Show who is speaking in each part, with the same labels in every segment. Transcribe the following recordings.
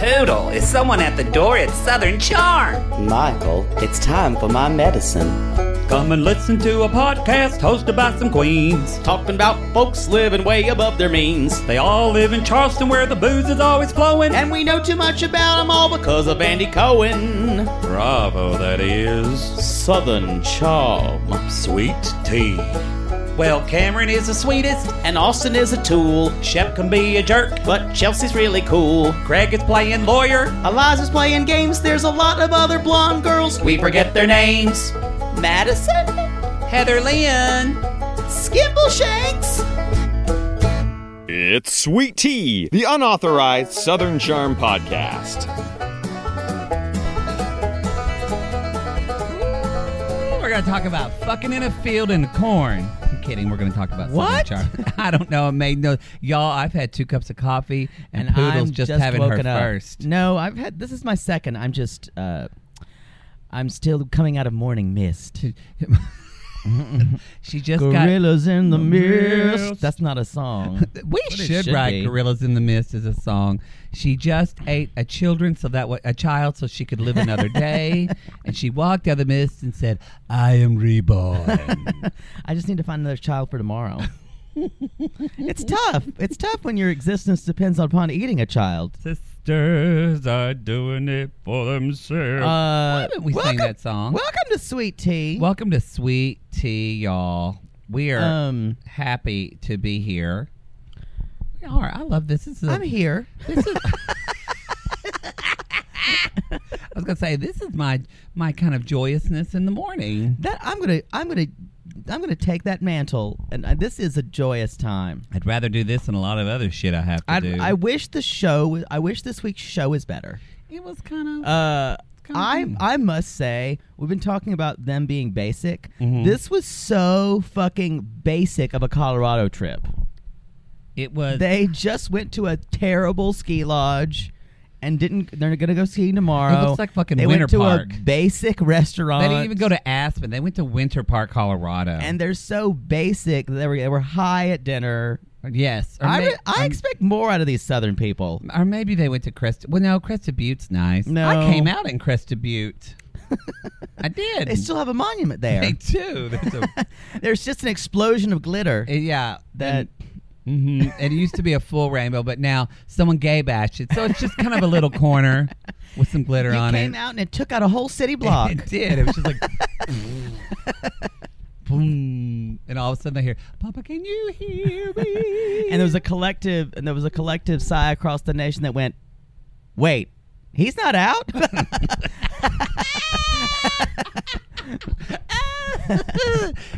Speaker 1: Noodle, is someone at the door at Southern Charm?
Speaker 2: Michael, it's time for my medicine.
Speaker 3: Come and listen to a podcast hosted by some queens.
Speaker 4: Talking about folks living way above their means.
Speaker 3: They all live in Charleston where the booze is always flowing.
Speaker 4: And we know too much about them all because of Andy Cohen.
Speaker 3: Bravo, that is.
Speaker 4: Southern Charm.
Speaker 3: Sweet tea. Well, Cameron is the sweetest.
Speaker 4: And Austin is a tool.
Speaker 3: Shep can be a jerk.
Speaker 4: But Chelsea's really cool.
Speaker 3: Craig is playing lawyer.
Speaker 4: Eliza's playing games. There's a lot of other blonde girls. We forget their names. Madison?
Speaker 1: Heather Lynn.
Speaker 4: Skimbleshanks?
Speaker 5: It's Sweet Tea, the unauthorized Southern Charm podcast.
Speaker 6: We're gonna talk about fucking in a field in the corn. I'm kidding. We're gonna talk about Southern
Speaker 7: What?
Speaker 6: Charm. I don't know. It made no. Y'all, I've had two cups of coffee and, poodles
Speaker 7: I'm
Speaker 6: just, having her
Speaker 7: woken up.
Speaker 6: first.
Speaker 7: No, I've had this is my second. I'm just uh I'm still coming out of morning mist.
Speaker 6: She just
Speaker 7: Gorillas in the
Speaker 6: mist.
Speaker 7: mist. That's not a song.
Speaker 6: got. We
Speaker 7: But it
Speaker 6: should,
Speaker 7: should
Speaker 6: write
Speaker 7: be.
Speaker 6: "Gorillas in the Mist" as a song. She just ate a children so that wa- a child so she could live another day, and she walked out of the mist and said, "I am reborn."
Speaker 7: I just need to find another child for tomorrow. it's tough. It's tough when your existence depends upon eating a child.
Speaker 3: Sisters are doing it for themselves.
Speaker 7: Uh,
Speaker 6: didn't we sing
Speaker 7: welcome,
Speaker 6: that song?
Speaker 7: Welcome to Sweet Tea.
Speaker 6: Welcome to Sweet Tea, y'all. We are
Speaker 7: Um,
Speaker 6: happy to be here. We are. I love this. This is a-
Speaker 7: I'm here.
Speaker 6: This is. I was gonna say this is my my kind of joyousness in the morning.
Speaker 7: That I'm gonna I'm gonna I'm gonna take that mantle, and uh, this is a joyous time.
Speaker 6: I'd rather do this than a lot of other shit I have to
Speaker 7: I
Speaker 6: do.
Speaker 7: I wish the show I wish this week's show is better.
Speaker 6: it was kind of
Speaker 7: Uh,
Speaker 6: kinda
Speaker 7: I
Speaker 6: good.
Speaker 7: I must say we've been talking about them being basic.
Speaker 6: Mm-hmm.
Speaker 7: This was so fucking basic of a Colorado trip.
Speaker 6: it was
Speaker 7: They just went to a terrible ski lodge. And didn't they're gonna go skiing tomorrow?
Speaker 6: It looks like fucking
Speaker 7: they
Speaker 6: Winter
Speaker 7: went to
Speaker 6: Park.
Speaker 7: a basic restaurant.
Speaker 6: they didn't even go to Aspen. They went to Winter Park, Colorado.
Speaker 7: and they're so basic. that They were they were high at dinner.
Speaker 6: yes, or
Speaker 7: I,
Speaker 6: may-
Speaker 7: re- I
Speaker 6: or-
Speaker 7: expect more out of these southern people.
Speaker 6: or maybe they went to Crest. Well, no, Crested Butte's nice.
Speaker 7: No.
Speaker 6: I came out in Crested Butte. I did.
Speaker 7: They still have a monument
Speaker 6: They
Speaker 7: there.
Speaker 6: do. There's a-
Speaker 7: There's just an explosion of glitter.
Speaker 6: Uh, yeah,
Speaker 7: That-
Speaker 6: And- mhm. it used to be a full rainbow, but now someone gay bashed it, so it's just kind of a little corner with some glitter
Speaker 7: You
Speaker 6: on
Speaker 7: came
Speaker 6: it.
Speaker 7: out and it took out a whole city block.
Speaker 6: It did. It was just like. Boom. And all of a sudden I hear, Papa, can you hear me?
Speaker 7: and there was a collective and there was a collective sigh across the nation that went, "Wait, he's not out."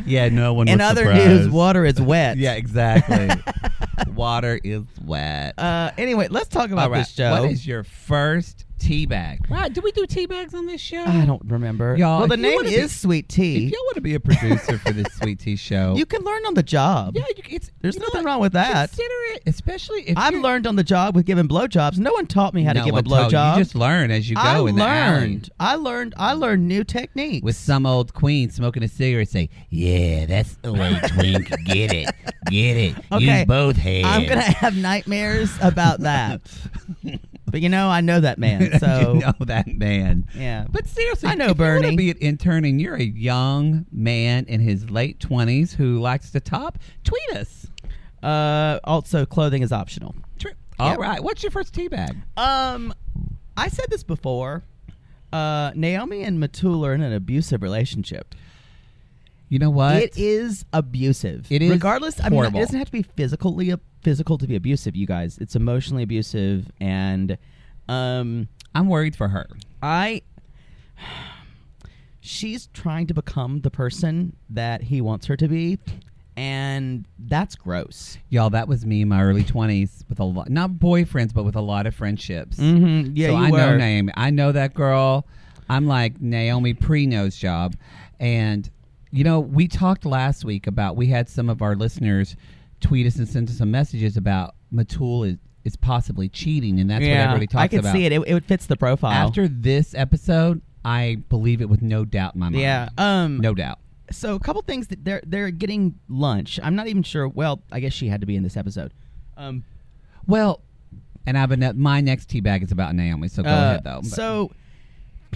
Speaker 6: yeah, no one
Speaker 7: In
Speaker 6: was
Speaker 7: other
Speaker 6: surprised.
Speaker 7: news, water is wet.
Speaker 6: Yeah, exactly. Water is wet.
Speaker 7: Uh, anyway, let's talk about
Speaker 6: all right.
Speaker 7: this show.
Speaker 6: What is your first tea bag? Wow, do we do tea bags on this show?
Speaker 7: I don't remember.
Speaker 6: Y'all,
Speaker 7: well, the
Speaker 6: if you
Speaker 7: name
Speaker 6: wanna be-
Speaker 7: is Sweet Tea.
Speaker 6: If y'all want to be a producer for this sweet tea show,
Speaker 7: You can learn on the job.
Speaker 6: yeah, you, it's
Speaker 7: There's
Speaker 6: you know
Speaker 7: nothing
Speaker 6: what?
Speaker 7: wrong with that.
Speaker 6: Consider it, especially if
Speaker 7: I've
Speaker 6: you're-
Speaker 7: learned on the job with giving blowjobs. No one taught me how
Speaker 6: No
Speaker 7: to give a
Speaker 6: one told you.
Speaker 7: blowjob.
Speaker 6: You just learn as you go.
Speaker 7: I
Speaker 6: in the alley.
Speaker 7: learned. I learned. I learned new techniques.
Speaker 6: with some old queen smoking a cigarette. Say, yeah, that's the way twink. Get it, get it.
Speaker 7: Okay.
Speaker 6: Use both hands.
Speaker 7: I'm gonna have nightmares about that. but you know, I know that man. So
Speaker 6: you know that man.
Speaker 7: yeah,
Speaker 6: But seriously,
Speaker 7: I know
Speaker 6: if you wanna
Speaker 7: Bernie.
Speaker 6: be an intern and you're a young man in his late twenties who likes to top, tweet us.
Speaker 7: uh, also clothing is optional.
Speaker 6: Tr- All
Speaker 7: Yep.
Speaker 6: right, what's your first tea bag?
Speaker 7: Um, I said this before. Uh, Naomi and Matul are in an abusive relationship.
Speaker 6: You know what?
Speaker 7: It is abusive.
Speaker 6: It is
Speaker 7: regardless. I mean,
Speaker 6: horrible.
Speaker 7: it doesn't have to be physically uh, physical to be abusive. You guys, it's emotionally abusive, and um,
Speaker 6: I'm worried for her.
Speaker 7: I she's trying to become the person that he wants her to be and that's gross.
Speaker 6: Y'all, that was me in my early twenties with a lot, not boyfriends, but with a lot of friendships.
Speaker 7: Mm-hmm. Yeah,
Speaker 6: so
Speaker 7: you
Speaker 6: I know
Speaker 7: were.
Speaker 6: Naomi. I know that girl. I'm like Naomi pre knows job, and you know we talked last week about we had some of our listeners tweet us and send us some messages about Matul is is possibly cheating, and that's what everybody talks
Speaker 7: I could
Speaker 6: about.
Speaker 7: see it. it. It fits the profile.
Speaker 6: After this episode, I believe it with no doubt in my mind.
Speaker 7: yeah. Um
Speaker 6: no doubt.
Speaker 7: so a couple things that they're they're getting lunch. I'm not even sure. Well, I guess she had to be in this episode. Um
Speaker 6: Well, And I've been my next tea bag is about Naomi. So go
Speaker 7: Uh,
Speaker 6: ahead though. But-
Speaker 7: So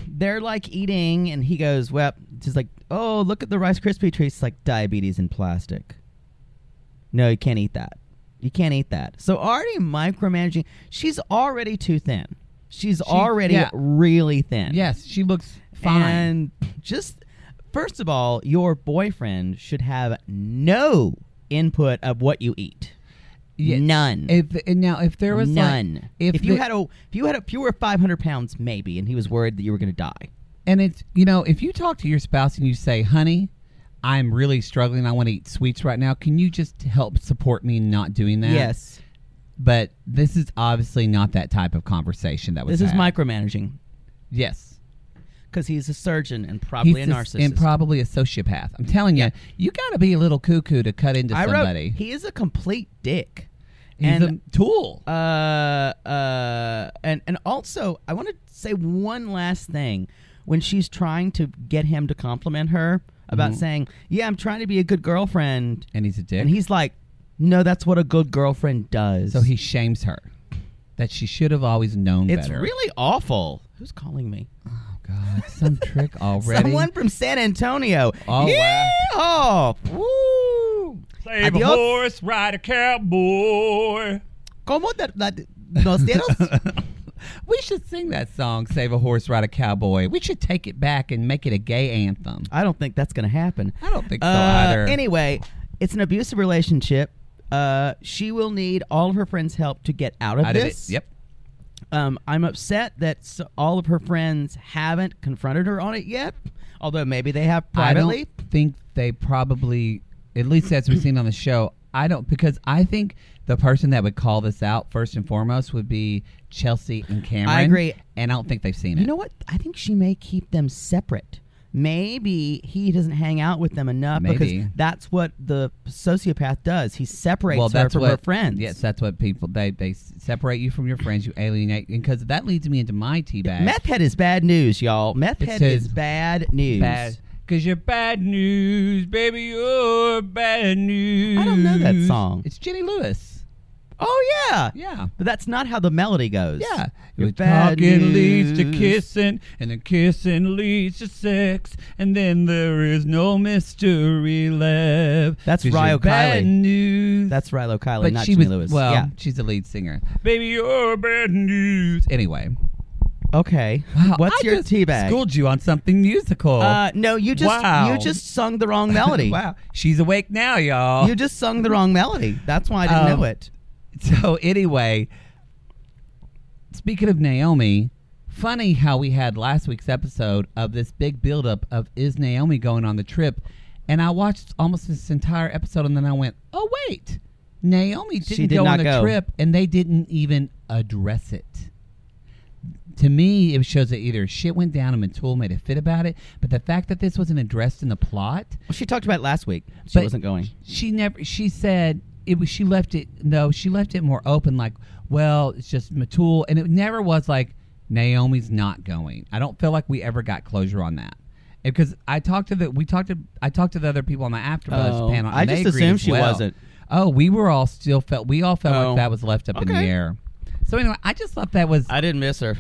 Speaker 7: they're like eating, and he goes, "Well, just like, oh, look at the Rice Krispie treats. It's like diabetes in plastic. No, you can't eat that. You can't eat that. So already micromanaging. She's already too thin. She's already
Speaker 6: yeah.
Speaker 7: really thin.
Speaker 6: yes, she looks fine.
Speaker 7: And just first of all, your boyfriend should have no input of what you eat.
Speaker 6: Yeah,
Speaker 7: None.
Speaker 6: If and now if there was like-
Speaker 7: None. if you
Speaker 6: the-
Speaker 7: had a, if you had a, if you were 500 pounds, maybe, and he was worried that you were going to die.
Speaker 6: And it's you know, if you talk to your spouse and you say, "Honey, I'm really struggling. I want to eat sweets right now. Can you just help support me in not doing that?"
Speaker 7: Yes.
Speaker 6: But this is obviously not that type of conversation that was
Speaker 7: This is
Speaker 6: had.
Speaker 7: micromanaging
Speaker 6: Yes.
Speaker 7: because he's a surgeon and probably a
Speaker 6: He's s-
Speaker 7: narcissist.
Speaker 6: and probably a sociopath. I'm telling you, you got to be a little cuckoo to cut into
Speaker 7: I wrote
Speaker 6: somebody.
Speaker 7: he is a complete dick.
Speaker 6: He's
Speaker 7: and
Speaker 6: a tool.
Speaker 7: uh, uh, and and also I want to say one last thing when she's trying to get him to compliment her about saying, "Yeah, I'm trying to be a good girlfriend,"
Speaker 6: Mm-hmm. and he's a dick.
Speaker 7: and he's like, "No, that's what a good girlfriend does."
Speaker 6: so he shames her that she should have always known
Speaker 7: it's
Speaker 6: better.
Speaker 7: really awful. Who's calling me?
Speaker 6: oh god, some trick already.
Speaker 7: Someone from San Antonio.
Speaker 6: Oh, wow.
Speaker 7: Yeehaw! Woo!
Speaker 3: Save a
Speaker 7: Adios.
Speaker 3: horse, ride a cowboy.
Speaker 7: ¿Cómo te, la- los dedos?
Speaker 6: We should sing that song, Save a Horse, Ride a Cowboy. We should take it back and make it a gay anthem.
Speaker 7: I don't think that's going to happen.
Speaker 6: I don't think so
Speaker 7: Uh,
Speaker 6: either.
Speaker 7: Anyway, it's an abusive relationship. Uh, she will need all of her friends' help to get out of
Speaker 6: Out of it.
Speaker 7: this.
Speaker 6: Yep.
Speaker 7: Um, I'm upset that s- all of her friends haven't confronted her on it yet. Although maybe they have privately.
Speaker 6: I don't think they probably, at least as we've seen on the show, I don't, because I think the person that would call this out first and foremost would be Chelsea and Cameron.
Speaker 7: I agree.
Speaker 6: And I don't think they've seen it.
Speaker 7: You know what? I think she may keep them separate. Maybe he doesn't hang out with them enough
Speaker 6: Maybe.
Speaker 7: because that's what the sociopath does. He separates
Speaker 6: well, that's
Speaker 7: her from
Speaker 6: what
Speaker 7: her friends.
Speaker 6: Yes, that's what people they they s- separate you from your friends. You alienate, and because that leads me into my tea bag.
Speaker 7: Meth head is bad news, y'all. Meth
Speaker 6: It
Speaker 7: head
Speaker 6: says
Speaker 7: is bad news.
Speaker 6: bad, cause you're bad news, baby. You're bad news.
Speaker 7: I don't know that song.
Speaker 6: It's Jenny Lewis.
Speaker 7: Oh yeah.
Speaker 6: Yeah.
Speaker 7: But that's not how the melody goes.
Speaker 6: Yeah.
Speaker 7: You're
Speaker 6: Your
Speaker 7: bad
Speaker 6: talking leads to
Speaker 7: news.
Speaker 6: kissing, and then kissing leads to sex, and then there is no mystery left.
Speaker 7: That's
Speaker 6: 'Cause you're
Speaker 7: Ryo
Speaker 6: bad
Speaker 7: Kiley.
Speaker 6: news.
Speaker 7: That's Rilo Kiley,
Speaker 6: but
Speaker 7: not
Speaker 6: she
Speaker 7: Jimmy
Speaker 6: was
Speaker 7: Lewis.
Speaker 6: well.
Speaker 7: yeah.
Speaker 6: She's the lead singer. Baby, you're bad news. Anyway,
Speaker 7: Okay.
Speaker 6: Wow,
Speaker 7: What's
Speaker 6: I
Speaker 7: your
Speaker 6: just
Speaker 7: tea bag?
Speaker 6: Schooled you on something musical.
Speaker 7: Uh, no, you just
Speaker 6: Wow.
Speaker 7: you just sung the wrong melody.
Speaker 6: wow, she's awake now, y'all.
Speaker 7: You just sung the wrong melody. That's why I didn't
Speaker 6: Um,
Speaker 7: know it.
Speaker 6: So anyway, speaking of Naomi, funny how we had last week's episode of this big buildup of is Naomi going on the trip, and I watched almost this entire episode, and then I went, oh wait, Naomi didn't
Speaker 7: did
Speaker 6: go on
Speaker 7: not
Speaker 6: the
Speaker 7: go.
Speaker 6: trip, and they didn't even address it. To me, it shows that either shit went down and Matul made a fit about it, but the fact that this wasn't addressed in the plot
Speaker 7: Well, she talked about it last week. She
Speaker 6: But-
Speaker 7: wasn't going.
Speaker 6: she never she said it was she left it no she left it more open like well it's just matul and it never was like naomi's not going i don't feel like we ever got closure on that And because i talked to the we talked to i talked to the other people on the afterbuzz
Speaker 7: Oh,
Speaker 6: panel and
Speaker 7: I
Speaker 6: they
Speaker 7: just
Speaker 6: agreed
Speaker 7: assumed
Speaker 6: as
Speaker 7: she
Speaker 6: well.
Speaker 7: wasn't.
Speaker 6: oh we were all still felt we all felt
Speaker 7: Oh.
Speaker 6: like that was left up in the
Speaker 7: Okay.
Speaker 6: air so anyway i just thought that was i,
Speaker 7: didn't miss her.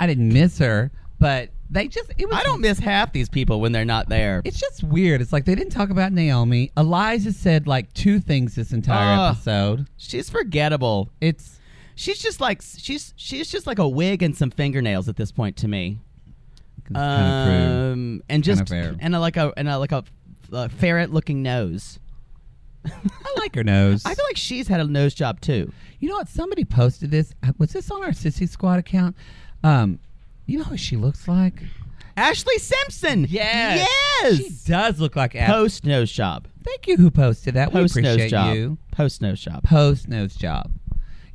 Speaker 6: didn't miss her but they just it was
Speaker 7: I don't miss half these people when they're not there.
Speaker 6: it's just weird. It's like they didn't talk about Naomi. Eliza said like two things this entire
Speaker 7: Ugh.
Speaker 6: episode.
Speaker 7: She's forgettable.
Speaker 6: It's
Speaker 7: She's just like she's she's just like a wig and some fingernails at this point to me.
Speaker 6: kind of
Speaker 7: Um, and
Speaker 6: Kinda
Speaker 7: just
Speaker 6: fair.
Speaker 7: and a, like a and a, like a, ferret looking nose.
Speaker 6: uh, I like her nose.
Speaker 7: I feel like she's had a nose job too.
Speaker 6: you know what? Somebody posted this. Uh, Was this on our Sissy Squad account? Um, you know who she looks like?
Speaker 7: Ashley Simpson. Yes.
Speaker 6: She does look like Ash.
Speaker 7: Post nose job.
Speaker 6: Thank you who posted that.
Speaker 7: Post
Speaker 6: we
Speaker 7: nose
Speaker 6: appreciate
Speaker 7: job.
Speaker 6: you.
Speaker 7: Post nose job.
Speaker 6: Post nose job.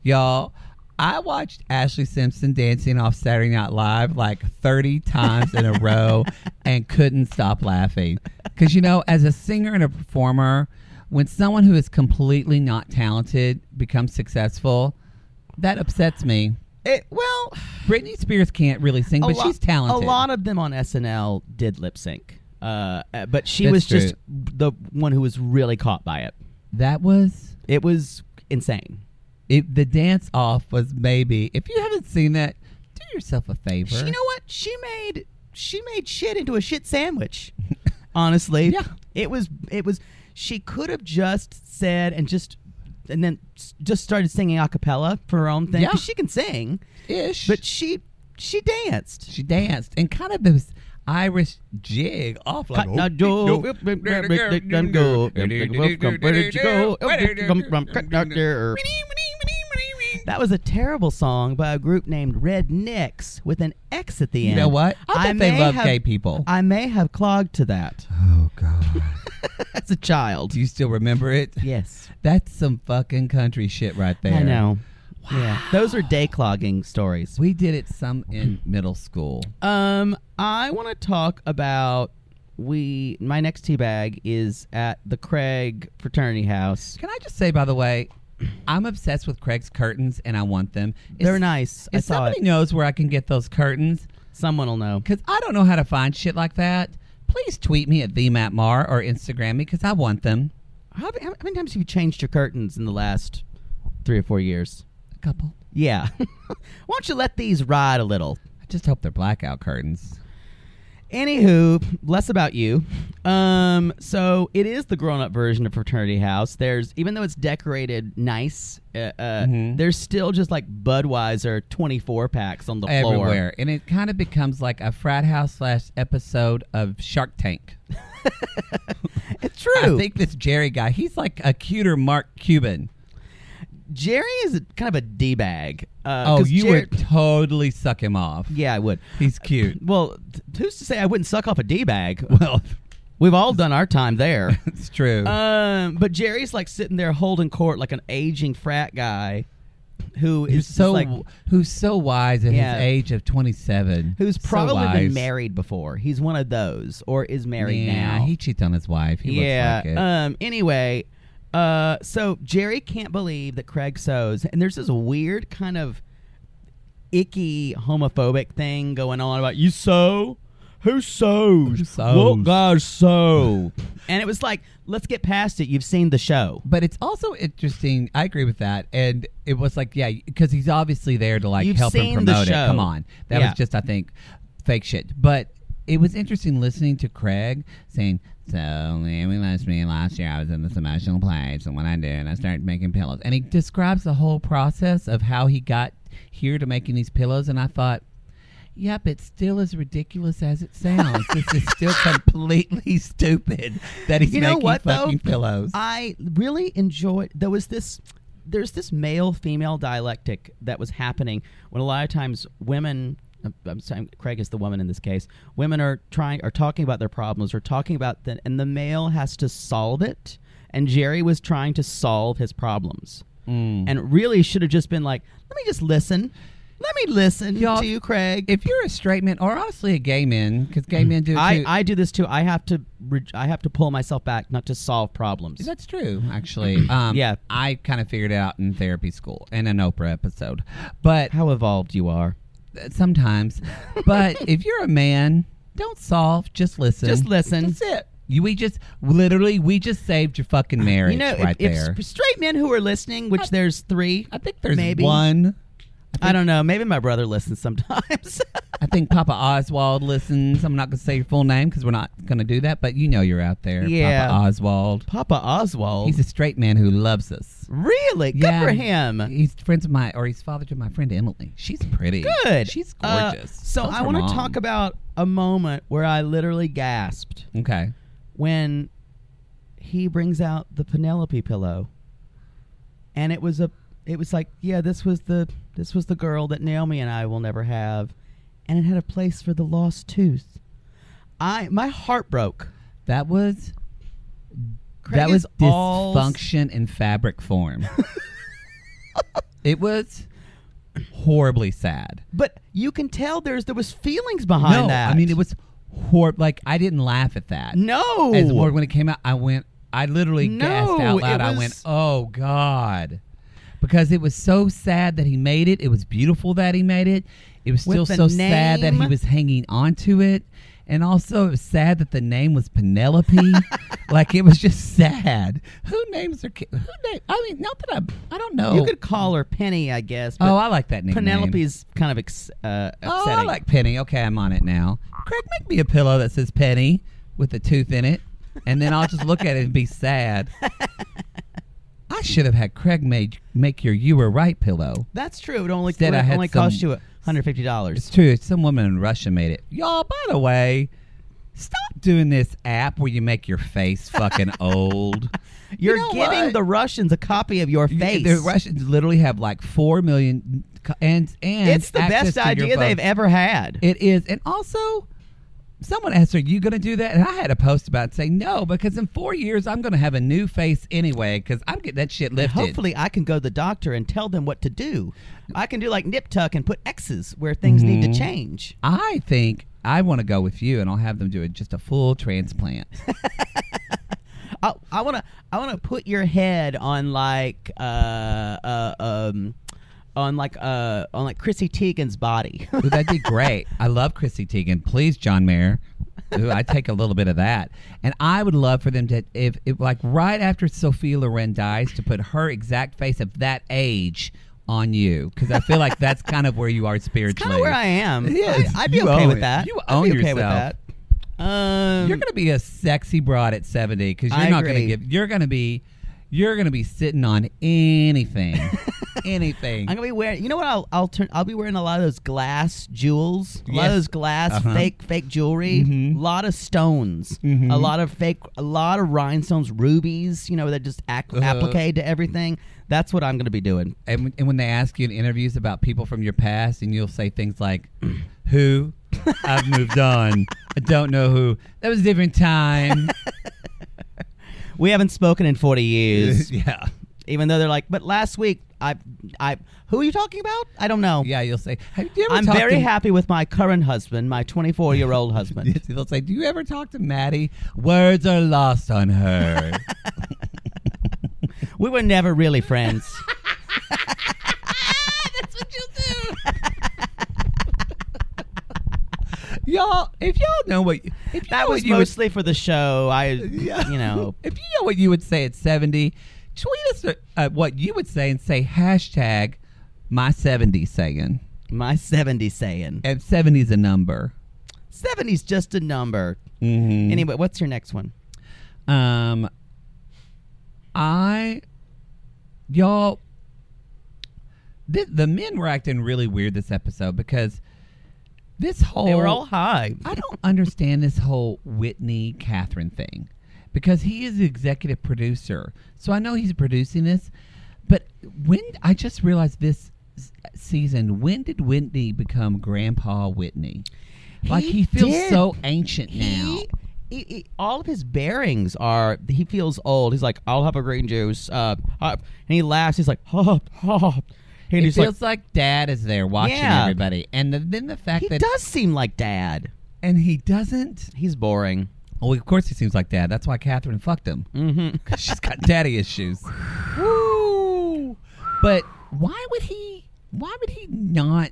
Speaker 6: Y'all, I watched Ashley Simpson dancing off Saturday Night Live like 30 times in a row and couldn't stop laughing. Because, you know, as a singer and a performer, when someone who is completely not talented becomes successful, that upsets me.
Speaker 7: It, well,
Speaker 6: Britney Spears can't really sing,
Speaker 7: a
Speaker 6: but
Speaker 7: lo-
Speaker 6: she's talented.
Speaker 7: A lot of them on SNL did lip sync, uh, uh, but she
Speaker 6: That's
Speaker 7: was just
Speaker 6: true.
Speaker 7: the one who was really caught by it.
Speaker 6: That was
Speaker 7: It was insane.
Speaker 6: it, the dance off was maybe. If you haven't seen that, do yourself a favor.
Speaker 7: She, you know what? She made she made shit into a shit sandwich. Honestly,
Speaker 6: Yeah.
Speaker 7: It was it was. She could have just said and just and then s- just started singing a cappella for her own thing. 'cause
Speaker 6: Yeah.
Speaker 7: she can sing,
Speaker 6: ish.
Speaker 7: but she she danced.
Speaker 6: she danced and kind of this Irish jig off like. "Oh,
Speaker 7: Cut that door, let them go. Where did you go? Where did you come from? Cut that door. That was a terrible song by a group named Red Nicks with an X at the end.
Speaker 6: You know what? I bet they
Speaker 7: may
Speaker 6: love
Speaker 7: have-
Speaker 6: gay people.
Speaker 7: I may have clogged to that
Speaker 6: oh God!
Speaker 7: as a child.
Speaker 6: Do you still remember it?
Speaker 7: Yes,
Speaker 6: That's some fucking country shit right there.
Speaker 7: I know. Yeah, those are day clogging stories.
Speaker 6: We did it some in middle school.
Speaker 7: Um, I want to talk about we. My next tea bag is at the Craig fraternity house.
Speaker 6: Can I just say, by the way, I'm obsessed with Craig's curtains and I want them. If-
Speaker 7: They're nice. I
Speaker 6: If
Speaker 7: saw
Speaker 6: somebody
Speaker 7: it.
Speaker 6: knows where I can get those curtains,
Speaker 7: Someone will know.
Speaker 6: because I don't know how to find shit like that, please tweet me at vmatmar or Instagram me because I want them.
Speaker 7: How, how many times have you changed your curtains in the last three or four years?
Speaker 6: A couple.
Speaker 7: Yeah. Why don't you let these ride a little?
Speaker 6: I just hope they're blackout curtains.
Speaker 7: Anywho, less about you. Um, so it is the grown-up version of fraternity house. There's even though it's decorated nice, uh, uh, there's still just like Budweiser 24 packs on the floor.
Speaker 6: Everywhere. And it kind of becomes like a frat house slash episode of Shark Tank.
Speaker 7: It's true.
Speaker 6: I think this Jerry guy, he's like a cuter Mark Cuban.
Speaker 7: Jerry is a, kind of a d bag. Uh,
Speaker 6: Oh,
Speaker 7: 'cause
Speaker 6: you
Speaker 7: Jer-
Speaker 6: would totally suck him off.
Speaker 7: Yeah, I would.
Speaker 6: He's cute.
Speaker 7: Well, th- who's to say I wouldn't suck off a d bag? Well, we've all done our time there.
Speaker 6: It's true.
Speaker 7: Um, but Jerry's like sitting there holding court like an aging frat guy who is
Speaker 6: who's
Speaker 7: just,
Speaker 6: so
Speaker 7: like
Speaker 6: who's so wise at
Speaker 7: Yeah.
Speaker 6: his age of 27.
Speaker 7: who's
Speaker 6: So
Speaker 7: probably
Speaker 6: wise.
Speaker 7: been married before. He's one of those or is married
Speaker 6: Yeah,
Speaker 7: now.
Speaker 6: he cheats on his wife. He
Speaker 7: yeah.
Speaker 6: looks like it.
Speaker 7: Um anyway, uh so Jerry can't believe that Craig sews and there's this weird kind of icky homophobic thing going on about you sew? Who sews?
Speaker 6: Who sews?"
Speaker 7: What guys sew? and it was like, let's get past it. You've seen the show.
Speaker 6: but it's also interesting. I agree with that. And it was like, yeah, because he's obviously there to like
Speaker 7: You've
Speaker 6: help
Speaker 7: seen
Speaker 6: him
Speaker 7: the
Speaker 6: promote it.
Speaker 7: show.
Speaker 6: Come on, that
Speaker 7: Yeah.
Speaker 6: was just I think fake shit. But it was interesting listening to Craig saying, "So Naomi left me last year. I was in this emotional place, and what I did, I started making pillows." And he describes the whole process of how he got here to making these pillows. And I thought. Yep, it's still as ridiculous as it sounds. this is still completely stupid that he's
Speaker 7: you know
Speaker 6: making
Speaker 7: what
Speaker 6: fucking
Speaker 7: though
Speaker 6: pillows.
Speaker 7: i really enjoyed there was this there's this male female dialectic that was happening when a lot of times women I'm- I'm saying Craig is the woman in this case. Women are trying are talking about their problems or talking about the and the male has to solve it. And Jerry was trying to solve his problems. And really should have just been like, let me just listen. Let me listen
Speaker 6: Y'all,
Speaker 7: to you, Craig.
Speaker 6: if you're a straight man, or honestly a gay man, because gay men do it
Speaker 7: I,
Speaker 6: too.
Speaker 7: I do this too. I have to re- I have to pull myself back not to solve problems.
Speaker 6: that's true, actually. Um,
Speaker 7: Yeah.
Speaker 6: I kind of figured it out in therapy school in an Oprah episode, but
Speaker 7: How evolved you are.
Speaker 6: sometimes. But if you're a man, don't solve, just listen.
Speaker 7: Just listen.
Speaker 6: That's it. You, we just literally we just saved your fucking marriage
Speaker 7: You know, if-
Speaker 6: right
Speaker 7: if,
Speaker 6: there.
Speaker 7: s- straight men who are listening, which there's three,
Speaker 6: I think there's
Speaker 7: maybe.
Speaker 6: one.
Speaker 7: I don't know. Maybe my brother listens sometimes.
Speaker 6: I think Papa Oswald listens. I'm not going to say your full name because we're not going to do that, but you know you're out there,
Speaker 7: Yeah.
Speaker 6: Papa Oswald.
Speaker 7: Papa Oswald.
Speaker 6: He's a straight man who loves us.
Speaker 7: really good for him.
Speaker 6: He's friends of my, or he's father to my friend Emily. She's pretty.
Speaker 7: Good.
Speaker 6: She's
Speaker 7: Uh,
Speaker 6: gorgeous.
Speaker 7: so
Speaker 6: So's
Speaker 7: I
Speaker 6: her
Speaker 7: want to
Speaker 6: mom.
Speaker 7: talk about a moment where I literally gasped
Speaker 6: Okay.
Speaker 7: when he brings out the Penelope pillow, and it was a. It was like, yeah, this was the this was the girl that Naomi and I will never have, and it had a place for the lost tooth. I my heart broke.
Speaker 6: That was
Speaker 7: Craig
Speaker 6: that was
Speaker 7: is all-
Speaker 6: dysfunction in fabric form. it was horribly sad.
Speaker 7: But you can tell there's there was feelings behind
Speaker 6: no,
Speaker 7: that.
Speaker 6: I mean it was hor Like I didn't laugh at that.
Speaker 7: no.
Speaker 6: As more when it came out, I went. I literally
Speaker 7: No,
Speaker 6: gasped out
Speaker 7: it
Speaker 6: loud. I
Speaker 7: was-
Speaker 6: went, "Oh God," because it was so sad that he made it. It was beautiful that he made it. It was still
Speaker 7: With the
Speaker 6: so sad that he
Speaker 7: name.
Speaker 6: was hanging on to it. And also, it was sad that the name was Penelope. like it was just sad. Who names their kid? Who name? I mean, not that I. I don't know.
Speaker 7: You could call her Penny, I guess. But
Speaker 6: oh, I like that name.
Speaker 7: Penelope's kind of ex- uh, upsetting.
Speaker 6: Oh, I like Penny. Okay, I'm on it now. Craig, make me a pillow that says Penny with a tooth in it, and then I'll just look at it and be sad. I should have had Craig make make your "You Were Right" pillow.
Speaker 7: That's true. It only,
Speaker 6: Instead, I
Speaker 7: it
Speaker 6: had
Speaker 7: only cost
Speaker 6: some-
Speaker 7: you $150.
Speaker 6: It's true. Some woman in Russia made it. Y'all, by the way, stop doing this app where you make your face fucking old.
Speaker 7: You're
Speaker 6: You know
Speaker 7: giving
Speaker 6: what?
Speaker 7: the Russians a copy of your
Speaker 6: You-
Speaker 7: face.
Speaker 6: The Russians literally have like four million co- and and
Speaker 7: it's the
Speaker 6: access
Speaker 7: best
Speaker 6: to your
Speaker 7: idea
Speaker 6: phone.
Speaker 7: they've ever had.
Speaker 6: It is, and also. Someone asked, "Are you going to do that?" And I had a post about it saying, "No, because in four years I'm going to have a new face anyway, because I'm getting that shit lifted."
Speaker 7: Hopefully, I can go to the doctor and tell them what to do. I can do like nip tuck and put X's where things need
Speaker 6: Mm-hmm.
Speaker 7: to change.
Speaker 6: I think I want to go with you, and I'll have them do it just a full transplant.
Speaker 7: I I want to I want to put your head on like uh, uh um on like uh on like Chrissy Teigen's body.
Speaker 6: Ooh, that'd be great. I love Chrissy Teigen. Please, John Mayer. Ooh, I take a little bit of that, and I would love for them to, if, if like right after Sophia Loren dies, to put her exact face of that age on you, because I feel like that's kind of where you are spiritually.
Speaker 7: kind of where I am.
Speaker 6: It is.
Speaker 7: I, would be
Speaker 6: You
Speaker 7: okay
Speaker 6: own
Speaker 7: with
Speaker 6: it.
Speaker 7: that.
Speaker 6: You
Speaker 7: I'd
Speaker 6: own
Speaker 7: be okay with
Speaker 6: yourself.
Speaker 7: that. Um,
Speaker 6: You're gonna be a sexy broad at seventy because you're
Speaker 7: I
Speaker 6: not
Speaker 7: agree.
Speaker 6: gonna give. You're gonna be, you're gonna be sitting on anything, anything.
Speaker 7: I'm gonna be wearing. You know what? I'll I'll turn. I'll be wearing a lot of those glass jewels. A lot of
Speaker 6: Yes.
Speaker 7: those glass
Speaker 6: Uh-huh. Mm-hmm.
Speaker 7: fake fake jewelry. A lot of stones. A lot of fake. A lot of rhinestones, rubies. You know that just ac-
Speaker 6: Uh-huh.
Speaker 7: applique to everything. That's what I'm gonna be doing.
Speaker 6: and, when- and when they ask you in interviews about people from your past, and you'll say things like, "Who? I've moved on. I don't know who. That was a different time."
Speaker 7: We haven't spoken in 40 years.
Speaker 6: yeah,
Speaker 7: even though they're like, but last week I I who are you talking about? I don't know.
Speaker 6: yeah. You'll say, "Have you ever?"
Speaker 7: I'm
Speaker 6: talked
Speaker 7: very
Speaker 6: to-"
Speaker 7: happy with my current husband, my 24 year old husband.
Speaker 6: They'll say, "Do you ever talk to Maddie? Words are lost on her."
Speaker 7: We were never really friends.
Speaker 6: y'all, if y'all know what if you know
Speaker 7: That was
Speaker 6: what you would-
Speaker 7: mostly for the show. I, you know,
Speaker 6: if you know what you would say at 70, tweet us uh, uh, what you would say and say hashtag my 70 saying.
Speaker 7: my 70s saying.
Speaker 6: And 70 is a number.
Speaker 7: 70's just a number.
Speaker 6: Mm-hmm.
Speaker 7: Anyway, what's your next one?
Speaker 6: Um, I, y'all, th- the men were acting really weird this episode because this whole
Speaker 7: They were all high.
Speaker 6: I don't understand this whole Whitney Catherine thing because he is the executive producer. So I know he's producing this, but when I just realized this s- season, when did Whitney become Grandpa Whitney? like
Speaker 7: He
Speaker 6: he feels
Speaker 7: did.
Speaker 6: so ancient now.
Speaker 7: He, he, he- all of his bearings are. He feels old. He's like, I'll have a green juice. Uh, uh," and he laughs. He's like, hop, hop. And
Speaker 6: It
Speaker 7: he's like,
Speaker 6: feels like, Dad is there watching
Speaker 7: Yeah.
Speaker 6: everybody, and the, then the fact
Speaker 7: he
Speaker 6: that
Speaker 7: does seem like dad.
Speaker 6: and he doesn't.
Speaker 7: He's boring.
Speaker 6: Oh, of course he seems like Dad. That's why Catherine fucked him.
Speaker 7: Mm-hmm.
Speaker 6: She's got daddy issues. Woo! But why would he? Why would he not?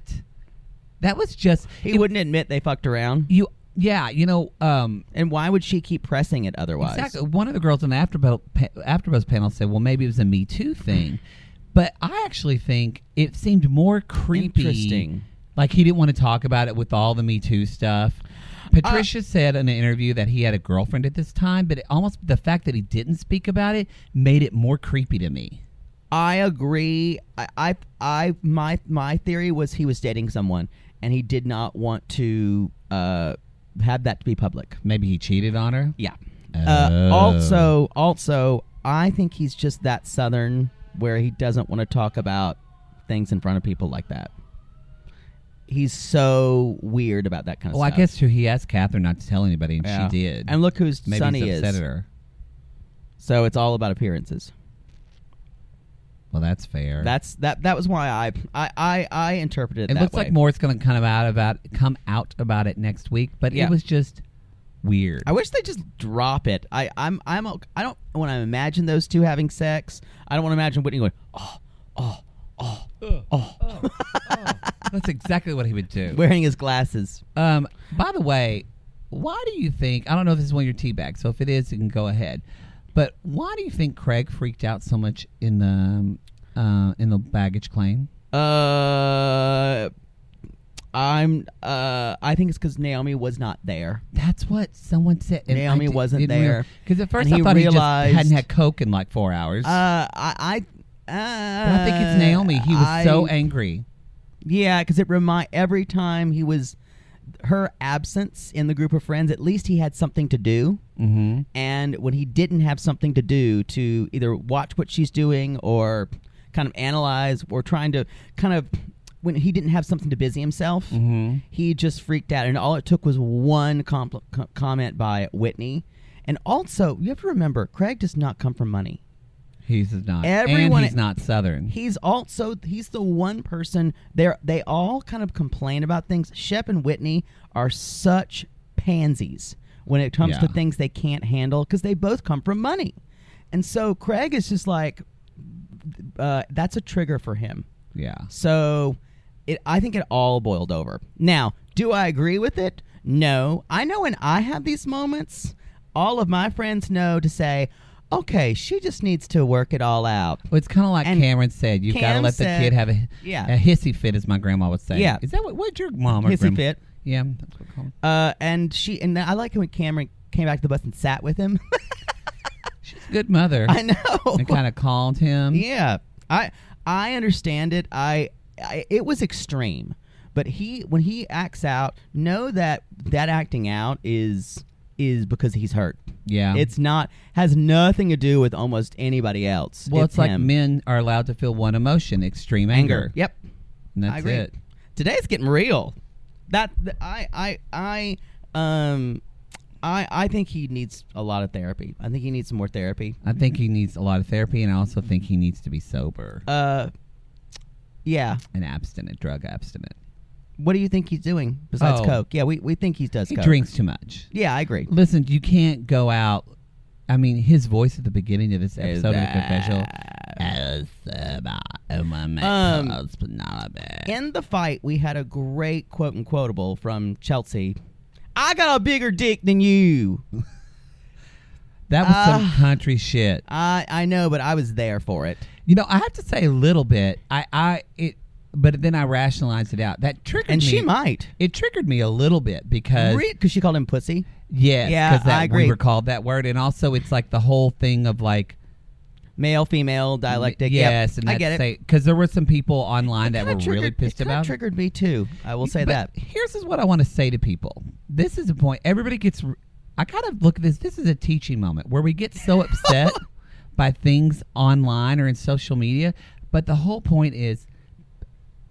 Speaker 6: That was just
Speaker 7: He
Speaker 6: it-
Speaker 7: wouldn't admit they fucked around.
Speaker 6: You yeah. You know. Um.
Speaker 7: And why would she keep pressing it otherwise?
Speaker 6: Exactly. One of the girls on the afterbuzz pa- afterbuzz panel said, "Well, maybe it was a Me Too thing," but I actually think it seemed more creepy.
Speaker 7: Interesting.
Speaker 6: Like he didn't want to talk about it with all the Me Too stuff.
Speaker 7: Uh,
Speaker 6: Patricia said in an interview that he had a girlfriend at this time, but it almost the fact that he didn't speak about it made it more creepy to me.
Speaker 7: I agree. I, I, I, my, my theory was he was dating someone, and he did not want to uh, have that to be public.
Speaker 6: Maybe he cheated on her. Oh.
Speaker 7: Yeah. Uh, also, also, I think he's just that southern where he doesn't want to talk about things in front of people like that. He's so weird about that kind of
Speaker 6: Well, I
Speaker 7: stuff.
Speaker 6: guess too, he asked Catherine not to tell anybody, and
Speaker 7: Yeah.
Speaker 6: she did.
Speaker 7: And look whose
Speaker 6: maybe
Speaker 7: son
Speaker 6: he's
Speaker 7: he is.
Speaker 6: upset at her.
Speaker 7: So it's all about appearances.
Speaker 6: Well, that's fair.
Speaker 7: That's that. That was why I I I, I interpreted it.
Speaker 6: It
Speaker 7: that
Speaker 6: looks
Speaker 7: way.
Speaker 6: like more's going to come out about come out about it next week, but
Speaker 7: Yeah.
Speaker 6: it was just weird.
Speaker 7: I wish they just drop it. I I'm I'm o- I don't want to imagine those two having sex. I don't want to imagine Whitney going. Oh,
Speaker 6: That's exactly what he would do.
Speaker 7: wearing his glasses.
Speaker 6: Um, by the way, why do you think? I don't know if this is one of your tea bags, so if it is, you can go ahead. But why do you think Craig freaked out so much in the um, uh, in the baggage claim?
Speaker 7: Uh, I'm. Uh, I think it's because Naomi was not there.
Speaker 6: That's what someone said.
Speaker 7: Naomi wasn't there.
Speaker 6: because at first
Speaker 7: And
Speaker 6: I
Speaker 7: he
Speaker 6: thought he
Speaker 7: realized-
Speaker 6: just hadn't had coke in like four hours.
Speaker 7: Uh, I. I uh,
Speaker 6: but I think it's Naomi. He was
Speaker 7: I-
Speaker 6: so angry.
Speaker 7: Yeah, because it remind every time he was her absence in the group of friends. At least he had something to do. Mm-hmm. And when he didn't have something to do, to either watch what she's doing or kind of analyze or trying to kind of when he didn't have something to busy himself, he just freaked out. And all it took was one compl- co- comment by Whitney. And also, you have to remember, Craig does not come from money.
Speaker 6: He's not.
Speaker 7: Everyone-
Speaker 6: and he's not Southern.
Speaker 7: He's also he's the one person there. They all kind of complain about things. Shep and Whitney are such pansies when it comes to
Speaker 6: Yeah.
Speaker 7: things they can't handle because they both come from money, and so Craig is just like, uh, that's a trigger for him.
Speaker 6: yeah.
Speaker 7: So, it I think it all boiled over. Now, do I agree with it? No. I know when I have these moments, all of my friends know to say, okay, she just needs to work it all out.
Speaker 6: Well, it's kind of like
Speaker 7: And
Speaker 6: Cameron said. You've got to
Speaker 7: Cam
Speaker 6: let the
Speaker 7: said-
Speaker 6: kid have a,
Speaker 7: Yeah.
Speaker 6: a hissy fit, as my grandma would say.
Speaker 7: Yeah.
Speaker 6: Is that what what'd your mom or
Speaker 7: Hissy
Speaker 6: grandma-
Speaker 7: fit.
Speaker 6: Yeah, that's what we call 'em.
Speaker 7: Uh, and she and I like it when Cameron came back to the bus and sat with him.
Speaker 6: She's a good mother.
Speaker 7: I know.
Speaker 6: And kind of calmed him.
Speaker 7: yeah, I I understand it. I, I it was extreme, but he when he acts out, know that that acting out is is because he's hurt.
Speaker 6: Yeah.
Speaker 7: It's not has nothing to do with almost anybody else.
Speaker 6: well, it's, like
Speaker 7: him.
Speaker 6: men are allowed to feel one emotion, extreme anger.
Speaker 7: anger. Yep,
Speaker 6: And that's
Speaker 7: I agree.
Speaker 6: it.
Speaker 7: Today's getting real. That th- I I I um I I think he needs a lot of therapy. I think he needs some more therapy.
Speaker 6: I think he needs a lot of therapy, and I also think he needs to be sober
Speaker 7: Uh, yeah.
Speaker 6: and abstinent, drug abstinent.
Speaker 7: What do you think he's doing besides
Speaker 6: Oh.
Speaker 7: coke? Yeah, we, we think he does.
Speaker 6: He
Speaker 7: coke.
Speaker 6: drinks too much.
Speaker 7: Yeah, I agree.
Speaker 6: Listen, you can't go out. I mean, his voice at the beginning of this episode of the
Speaker 7: bad.
Speaker 6: confessional. "I was about a woman
Speaker 7: Um,
Speaker 6: close, but not a bad."
Speaker 7: In the fight, we had a great quote and quotable from Chelsea. I got a bigger dick than you.
Speaker 6: That was some
Speaker 7: Ah.
Speaker 6: country shit.
Speaker 7: I I know, but I was there for it.
Speaker 6: You know, I have to say a little bit. I, I, it, but then I rationalized it out. That triggered
Speaker 7: And
Speaker 6: me.
Speaker 7: she might
Speaker 6: It triggered me a little bit because
Speaker 7: because she called him pussy.
Speaker 6: yes,
Speaker 7: Yeah,
Speaker 6: because that
Speaker 7: I agree.
Speaker 6: we were called that word, and also it's like the whole thing of like
Speaker 7: Male, female, dialectic. Yep,
Speaker 6: yes, and
Speaker 7: I get it.
Speaker 6: because there were some people online that were
Speaker 7: Kinda
Speaker 6: really
Speaker 7: triggered-
Speaker 6: pissed
Speaker 7: it kinda
Speaker 6: about. it.
Speaker 7: Triggered me too. I will say
Speaker 6: But
Speaker 7: that.
Speaker 6: Here's is what I want to say to people. This is a point. Everybody gets. I kind of look at this. This is a teaching moment where we get so upset by things online or in social media. But the whole point is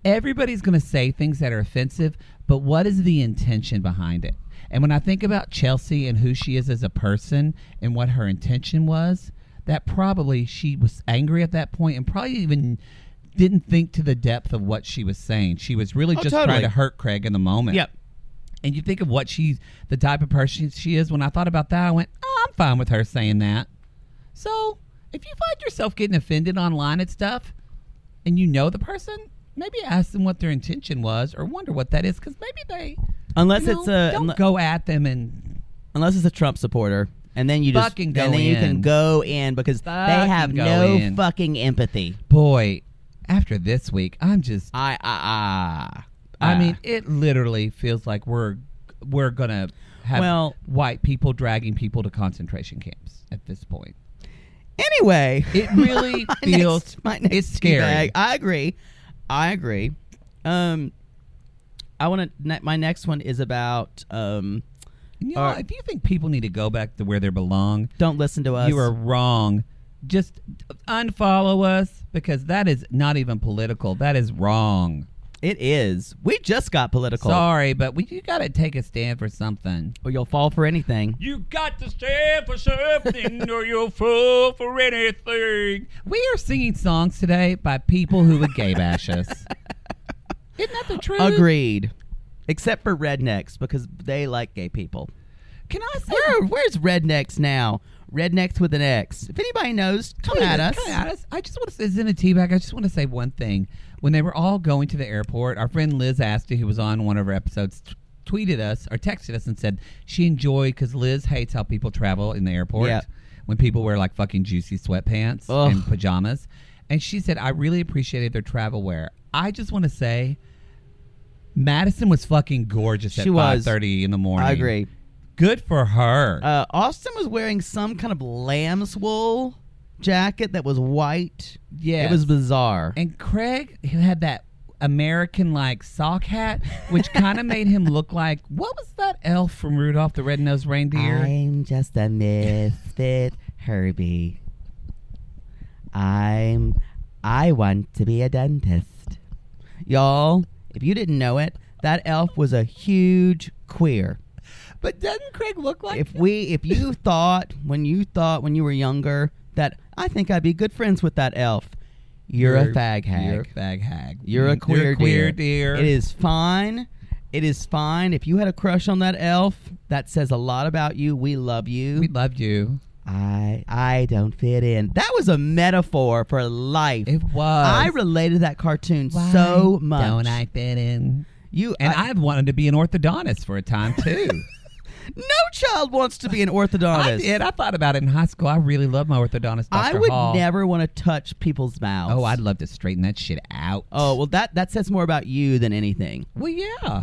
Speaker 6: everybody's going to say things that are offensive, but what is the intention behind it? And when I think about Chelsea and who she is as a person and what her intention was, that probably she was angry at that point and probably even didn't think to the depth of what she was saying. She was really just
Speaker 7: totally.
Speaker 6: trying to hurt Craig in the moment. And you think of what she's the type of person she is. When I thought about that, I went, oh, I'm fine with her saying that. So if you find yourself getting offended online at stuff and you know the person, maybe ask them what their intention was or wonder what that is because maybe they.
Speaker 7: Unless
Speaker 6: you know,
Speaker 7: it's a
Speaker 6: Don't
Speaker 7: unle-
Speaker 6: go at them and.
Speaker 7: unless it's a Trump supporter, and then you just
Speaker 6: Fucking
Speaker 7: and
Speaker 6: go
Speaker 7: then you can
Speaker 6: in.
Speaker 7: go in because they
Speaker 6: Fucking
Speaker 7: have
Speaker 6: go
Speaker 7: no
Speaker 6: in.
Speaker 7: fucking empathy.
Speaker 6: Boy, after this week, I'm just.
Speaker 7: I ah
Speaker 6: I mean, it literally feels like we're we're gonna have
Speaker 7: Well-
Speaker 6: white people dragging people to concentration camps at this point.
Speaker 7: Anyway,
Speaker 6: It really
Speaker 7: my
Speaker 6: feels
Speaker 7: next- my next
Speaker 6: it's scary.
Speaker 7: teabag. I agree. I agree. Um, I want to. Ne- my next one is about um.
Speaker 6: You know,
Speaker 7: All right.
Speaker 6: if you think people need to go back to where they belong,
Speaker 7: Don't listen to us.
Speaker 6: you are wrong. Just unfollow us because that is not even political. That is wrong.
Speaker 7: It is. We just got political.
Speaker 6: Sorry, but we, you got to take a stand for something.
Speaker 7: Or you'll fall for anything.
Speaker 3: You got to stand for something or you'll fall for anything.
Speaker 6: We are singing songs today by people who would gay bash us. Isn't that the truth?
Speaker 7: Agreed. Except for rednecks because they like gay people.
Speaker 6: Can I say
Speaker 7: Where, where's rednecks now? Rednecks with an X. If anybody knows, come
Speaker 6: Please,
Speaker 7: at us.
Speaker 6: Come at us. I just want to say, in a tea bag. I just want to say one thing. When they were all going to the airport, our friend Liz Asti, who was on one of our episodes, t- tweeted us or texted us and said she enjoyed because Liz hates how people travel in the airport
Speaker 7: Yeah.
Speaker 6: when people wear like fucking juicy sweatpants
Speaker 7: Ugh.
Speaker 6: and pajamas. And she said, I really appreciated their travel wear. I just want to say, Madison was fucking gorgeous at
Speaker 7: She was.
Speaker 6: 5.30 in the morning.
Speaker 7: I agree.
Speaker 6: Good for her.
Speaker 7: Uh, Austin was wearing some kind of lamb's wool jacket that was white.
Speaker 6: Yes.
Speaker 7: It was bizarre.
Speaker 6: And Craig he had that American like sock hat, which kind of made him look like what was that elf from Rudolph the Red-Nosed Reindeer?
Speaker 7: I'm just a misfit Herbie. I'm I want to be a dentist. Y'all, if you didn't know it, that elf was a huge queer.
Speaker 6: but doesn't Craig look like
Speaker 7: If we if you thought when you thought when you were younger that I think I'd be good friends with that elf, you're, a fag hag.
Speaker 6: You're a fag hag.
Speaker 7: You're a queer,
Speaker 6: queer dear.
Speaker 7: dear. It is fine. It is fine. If you had a crush on that elf, that says a lot about you. We love you.
Speaker 6: We loved you.
Speaker 7: I I don't fit in. That was a metaphor for life.
Speaker 6: It was.
Speaker 7: I related to that cartoon
Speaker 6: Why
Speaker 7: so much.
Speaker 6: Don't I fit in?
Speaker 7: You
Speaker 6: And I,
Speaker 7: I,
Speaker 6: have wanted to be an orthodontist for a time too.
Speaker 7: no child wants to be an orthodontist.
Speaker 6: I did. I thought about it in high school. I really loved my orthodontist. Dr.
Speaker 7: I would
Speaker 6: Hall.
Speaker 7: never want to touch people's mouths.
Speaker 6: Oh, I'd love to straighten that shit out.
Speaker 7: Oh well, that that says more about you than anything
Speaker 6: well, yeah.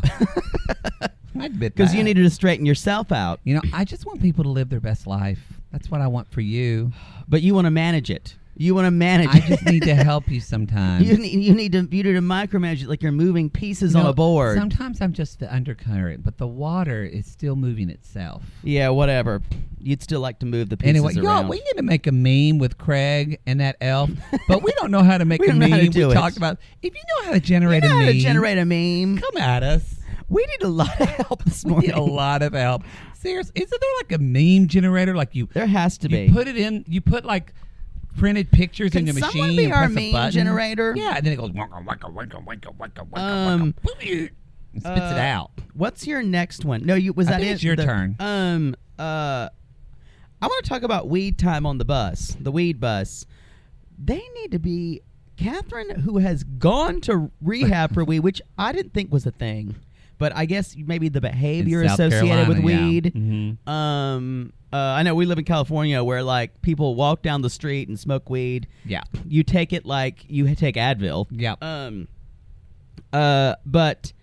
Speaker 6: I admit
Speaker 7: because you
Speaker 6: that.
Speaker 7: needed to straighten yourself out,
Speaker 6: You know, I just want people to live their best life. That's what I want for you.
Speaker 7: but you want to manage it. You want to manage.
Speaker 6: I
Speaker 7: it.
Speaker 6: just need to help you sometimes.
Speaker 7: You need, you need to you need to micromanage it like you're moving pieces
Speaker 6: You
Speaker 7: on
Speaker 6: know,
Speaker 7: a board.
Speaker 6: Sometimes I'm just the undercurrent, but the water is still moving itself.
Speaker 7: yeah, whatever. You'd still like to move the pieces
Speaker 6: Anyway, y'all,
Speaker 7: around.
Speaker 6: we need to make a meme with Craig and that elf, but we don't know how to make
Speaker 7: We
Speaker 6: a
Speaker 7: don't know
Speaker 6: meme.
Speaker 7: how to do
Speaker 6: we
Speaker 7: it.
Speaker 6: talked about if you know how to generate
Speaker 7: You know
Speaker 6: a
Speaker 7: how
Speaker 6: meme,
Speaker 7: to generate a meme.
Speaker 6: come at us.
Speaker 7: We need a lot of help this
Speaker 6: We
Speaker 7: morning.
Speaker 6: need a lot of help. Seriously, isn't there like a meme generator? Like you,
Speaker 7: There has to
Speaker 6: you
Speaker 7: be.
Speaker 6: put it in. You put like printed pictures
Speaker 7: Can
Speaker 6: in the machine.
Speaker 7: someone be
Speaker 6: and
Speaker 7: our
Speaker 6: press a
Speaker 7: meme
Speaker 6: button.
Speaker 7: generator?
Speaker 6: Yeah, and then it goes wonka wonka wonka wonka wonka wonka
Speaker 7: Um,
Speaker 6: wonka. And spits
Speaker 7: uh,
Speaker 6: it out.
Speaker 7: What's your next one? No, you was
Speaker 6: I
Speaker 7: that
Speaker 6: think
Speaker 7: it?
Speaker 6: it's your
Speaker 7: The-
Speaker 6: turn.
Speaker 7: Um. Uh. I want to talk about weed time on the bus, the weed bus. They need to be Catherine, who has gone to rehab for weed, which I didn't think was a thing, but I guess maybe the behavior
Speaker 6: South
Speaker 7: associated with
Speaker 6: Carolina, yeah. Mm-hmm.
Speaker 7: weed. Um, uh, I know we live in California where like people walk down the street and smoke weed.
Speaker 6: Yeah.
Speaker 7: you take it like you take Advil.
Speaker 6: Yep.
Speaker 7: Um. Uh, but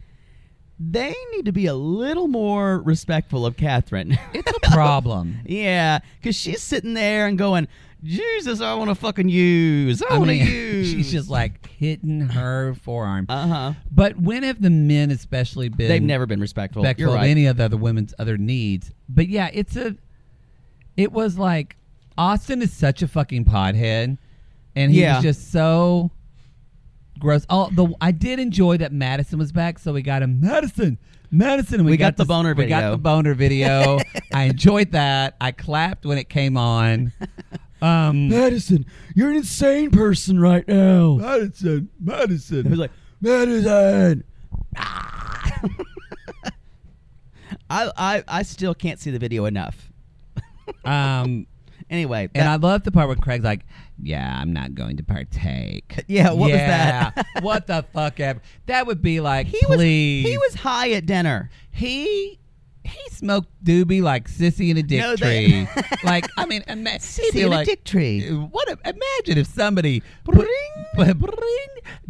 Speaker 7: they need to be a little more respectful of Catherine.
Speaker 6: It's a problem.
Speaker 7: yeah, because she's sitting there and going, "Jesus, I want to fucking use. I,
Speaker 6: I
Speaker 7: want to
Speaker 6: mean,
Speaker 7: use."
Speaker 6: she's just like hitting her forearm.
Speaker 7: uh huh.
Speaker 6: but when have the men, especially, been
Speaker 7: They've never been respectful.
Speaker 6: respectful
Speaker 7: You're
Speaker 6: of
Speaker 7: right.
Speaker 6: any of the other women's other needs? But yeah, it's a. It was like Austin is such a fucking pothead, and he
Speaker 7: Yeah.
Speaker 6: was just so gross. Oh, the I did enjoy that Madison was back, so we got him Madison, Madison, and we,
Speaker 7: We got the
Speaker 6: to-
Speaker 7: boner
Speaker 6: We got
Speaker 7: video.
Speaker 6: the boner video. I enjoyed that. I clapped when it came on. Um,
Speaker 7: Madison, you're an insane person right now.
Speaker 6: Madison, Madison.
Speaker 7: It Uh, was like medicine. I, I I still can't see the video enough.
Speaker 6: um,
Speaker 7: Anyway,
Speaker 6: and
Speaker 7: that-
Speaker 6: I love the part where Craig's like, "Yeah, I'm not going to partake."
Speaker 7: Yeah, what was
Speaker 6: Yeah,
Speaker 7: that?
Speaker 6: what the fuck ever? That would be like,
Speaker 7: he
Speaker 6: please.
Speaker 7: was he was high at dinner.
Speaker 6: he he smoked doobie like sissy in a dick
Speaker 7: No, they-
Speaker 6: tree. like I mean, ima- he'd be
Speaker 7: in a
Speaker 6: like,
Speaker 7: dick tree.
Speaker 6: What? A, imagine if somebody bring, bring,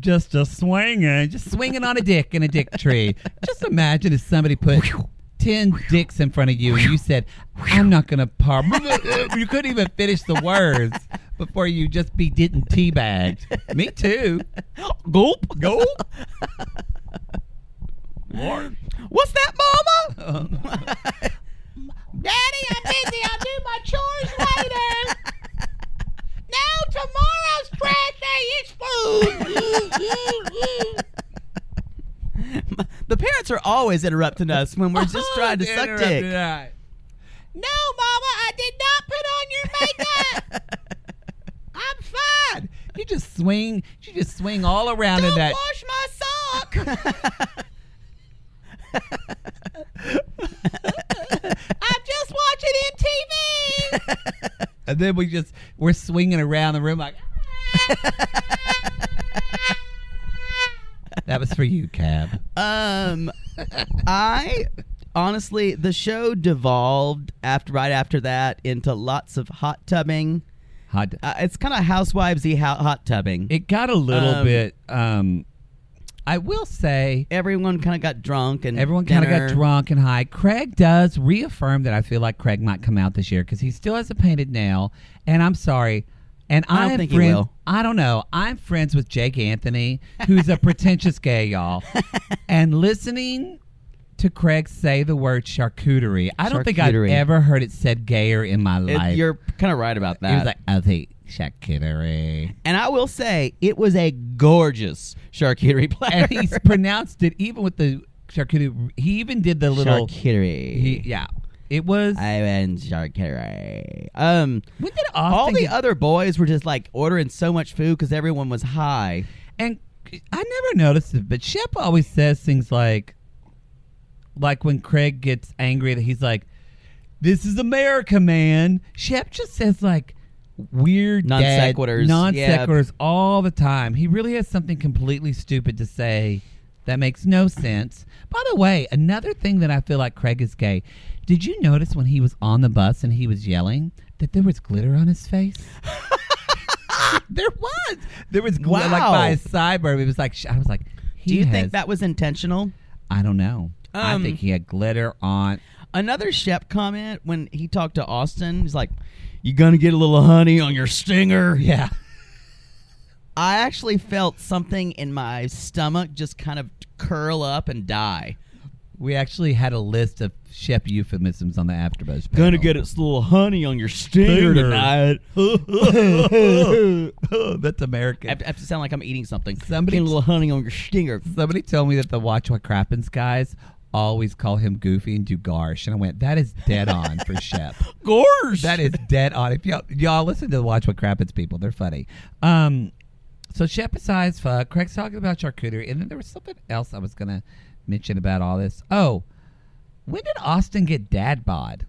Speaker 6: just a swinging, just swinging on a dick in a dick tree. just imagine if somebody put. Ten dicks in front of you, and you said, "I'm not gonna par." you couldn't even finish the words before you just be getting teabagged. Me too.
Speaker 7: Gulp.
Speaker 6: Go.
Speaker 7: What's that, Mama?
Speaker 6: Daddy, I'm busy. I'll do my chores later. No, tomorrow's Friday. It's food.
Speaker 7: the parents are always interrupting us when we're just trying to suck dick.
Speaker 6: No, Mama, I did not put on your makeup. I'm fine. You just swing. You just swing all around in that.
Speaker 7: my sock.
Speaker 6: I'm just watching MTV. and then we just we're swinging around the room like. that was for you, Cab.
Speaker 7: Um, I honestly, the show devolved after right after that into lots of hot tubbing.
Speaker 6: Hot.
Speaker 7: Uh, it's kind of housewivesy ho- hot tubbing.
Speaker 6: It got a little
Speaker 7: Um,
Speaker 6: bit. Um, I will say,
Speaker 7: everyone kind of got drunk and
Speaker 6: everyone kind of got
Speaker 7: dinner.
Speaker 6: drunk and high. Craig does reaffirm that I feel like Craig might come out this year because he still has a painted nail. And I'm sorry. And
Speaker 7: I don't
Speaker 6: am
Speaker 7: think he
Speaker 6: friend-
Speaker 7: will.
Speaker 6: I don't know. I'm friends with Jake Anthony, who's a pretentious gay, y'all. And listening to Craig say the word charcuterie, I don't think I've
Speaker 7: Charcuterie.
Speaker 6: ever heard it said gayer in my
Speaker 7: It-
Speaker 6: life.
Speaker 7: you're kind of right about that.
Speaker 6: he was like, I think charcuterie.
Speaker 7: and I will say, it was a gorgeous charcuterie platter.
Speaker 6: and he's pronounced it even with the charcuterie. He even did the little.
Speaker 7: charcuterie.
Speaker 6: He, yeah, it was.
Speaker 7: I went charcuterie. Um,
Speaker 6: when did Austin
Speaker 7: all the
Speaker 6: get-
Speaker 7: other boys were just like ordering so much food because everyone was high.
Speaker 6: and I never noticed it, but Shep always says things like, like when Craig gets angry that he's like, "This is America, man." Shep just says like weird
Speaker 7: Non
Speaker 6: dad-
Speaker 7: sequiturs,
Speaker 6: non
Speaker 7: yeah.
Speaker 6: sequiturs all the time. He really has something completely stupid to say that makes no sense. By the way, another thing that I feel like Craig is gay. Did you notice when he was on the bus and he was yelling that there was glitter on his face? there was. There was gl- like
Speaker 7: Wow.
Speaker 6: by his sideburn. It was like sh- I was like, he
Speaker 7: Do you
Speaker 6: has,
Speaker 7: think that was intentional?
Speaker 6: I don't know. I
Speaker 7: Um,
Speaker 6: think he had glitter on.
Speaker 7: Another Shep comment when he talked to Austin, he's like, "You gonna get a little honey on your stinger."
Speaker 6: Yeah.
Speaker 7: I actually felt something in my stomach just kind of curl up and die.
Speaker 6: We actually had a list of Shep euphemisms on the afterbuzz. Panel.
Speaker 7: Gonna get its little honey on your stinger tonight.
Speaker 6: Oh, That's American.
Speaker 7: I have, to, I have to sound like I'm eating something.
Speaker 6: Somebody-
Speaker 7: Somebody getting a little honey on your stinger.
Speaker 6: Somebody told me that the Watch What Crappens guys always call him Goofy and Dugarsh, and I went, "That is dead on for Shep.
Speaker 7: Gorge.
Speaker 6: That is dead on." If y'all y'all listen to the Watch What Crappens people, they're funny. Um, so Shep is high as fuck. Craig's talking about charcuterie, and then there was something else I was gonna mention about all this. Oh, when did Austin get dad bod?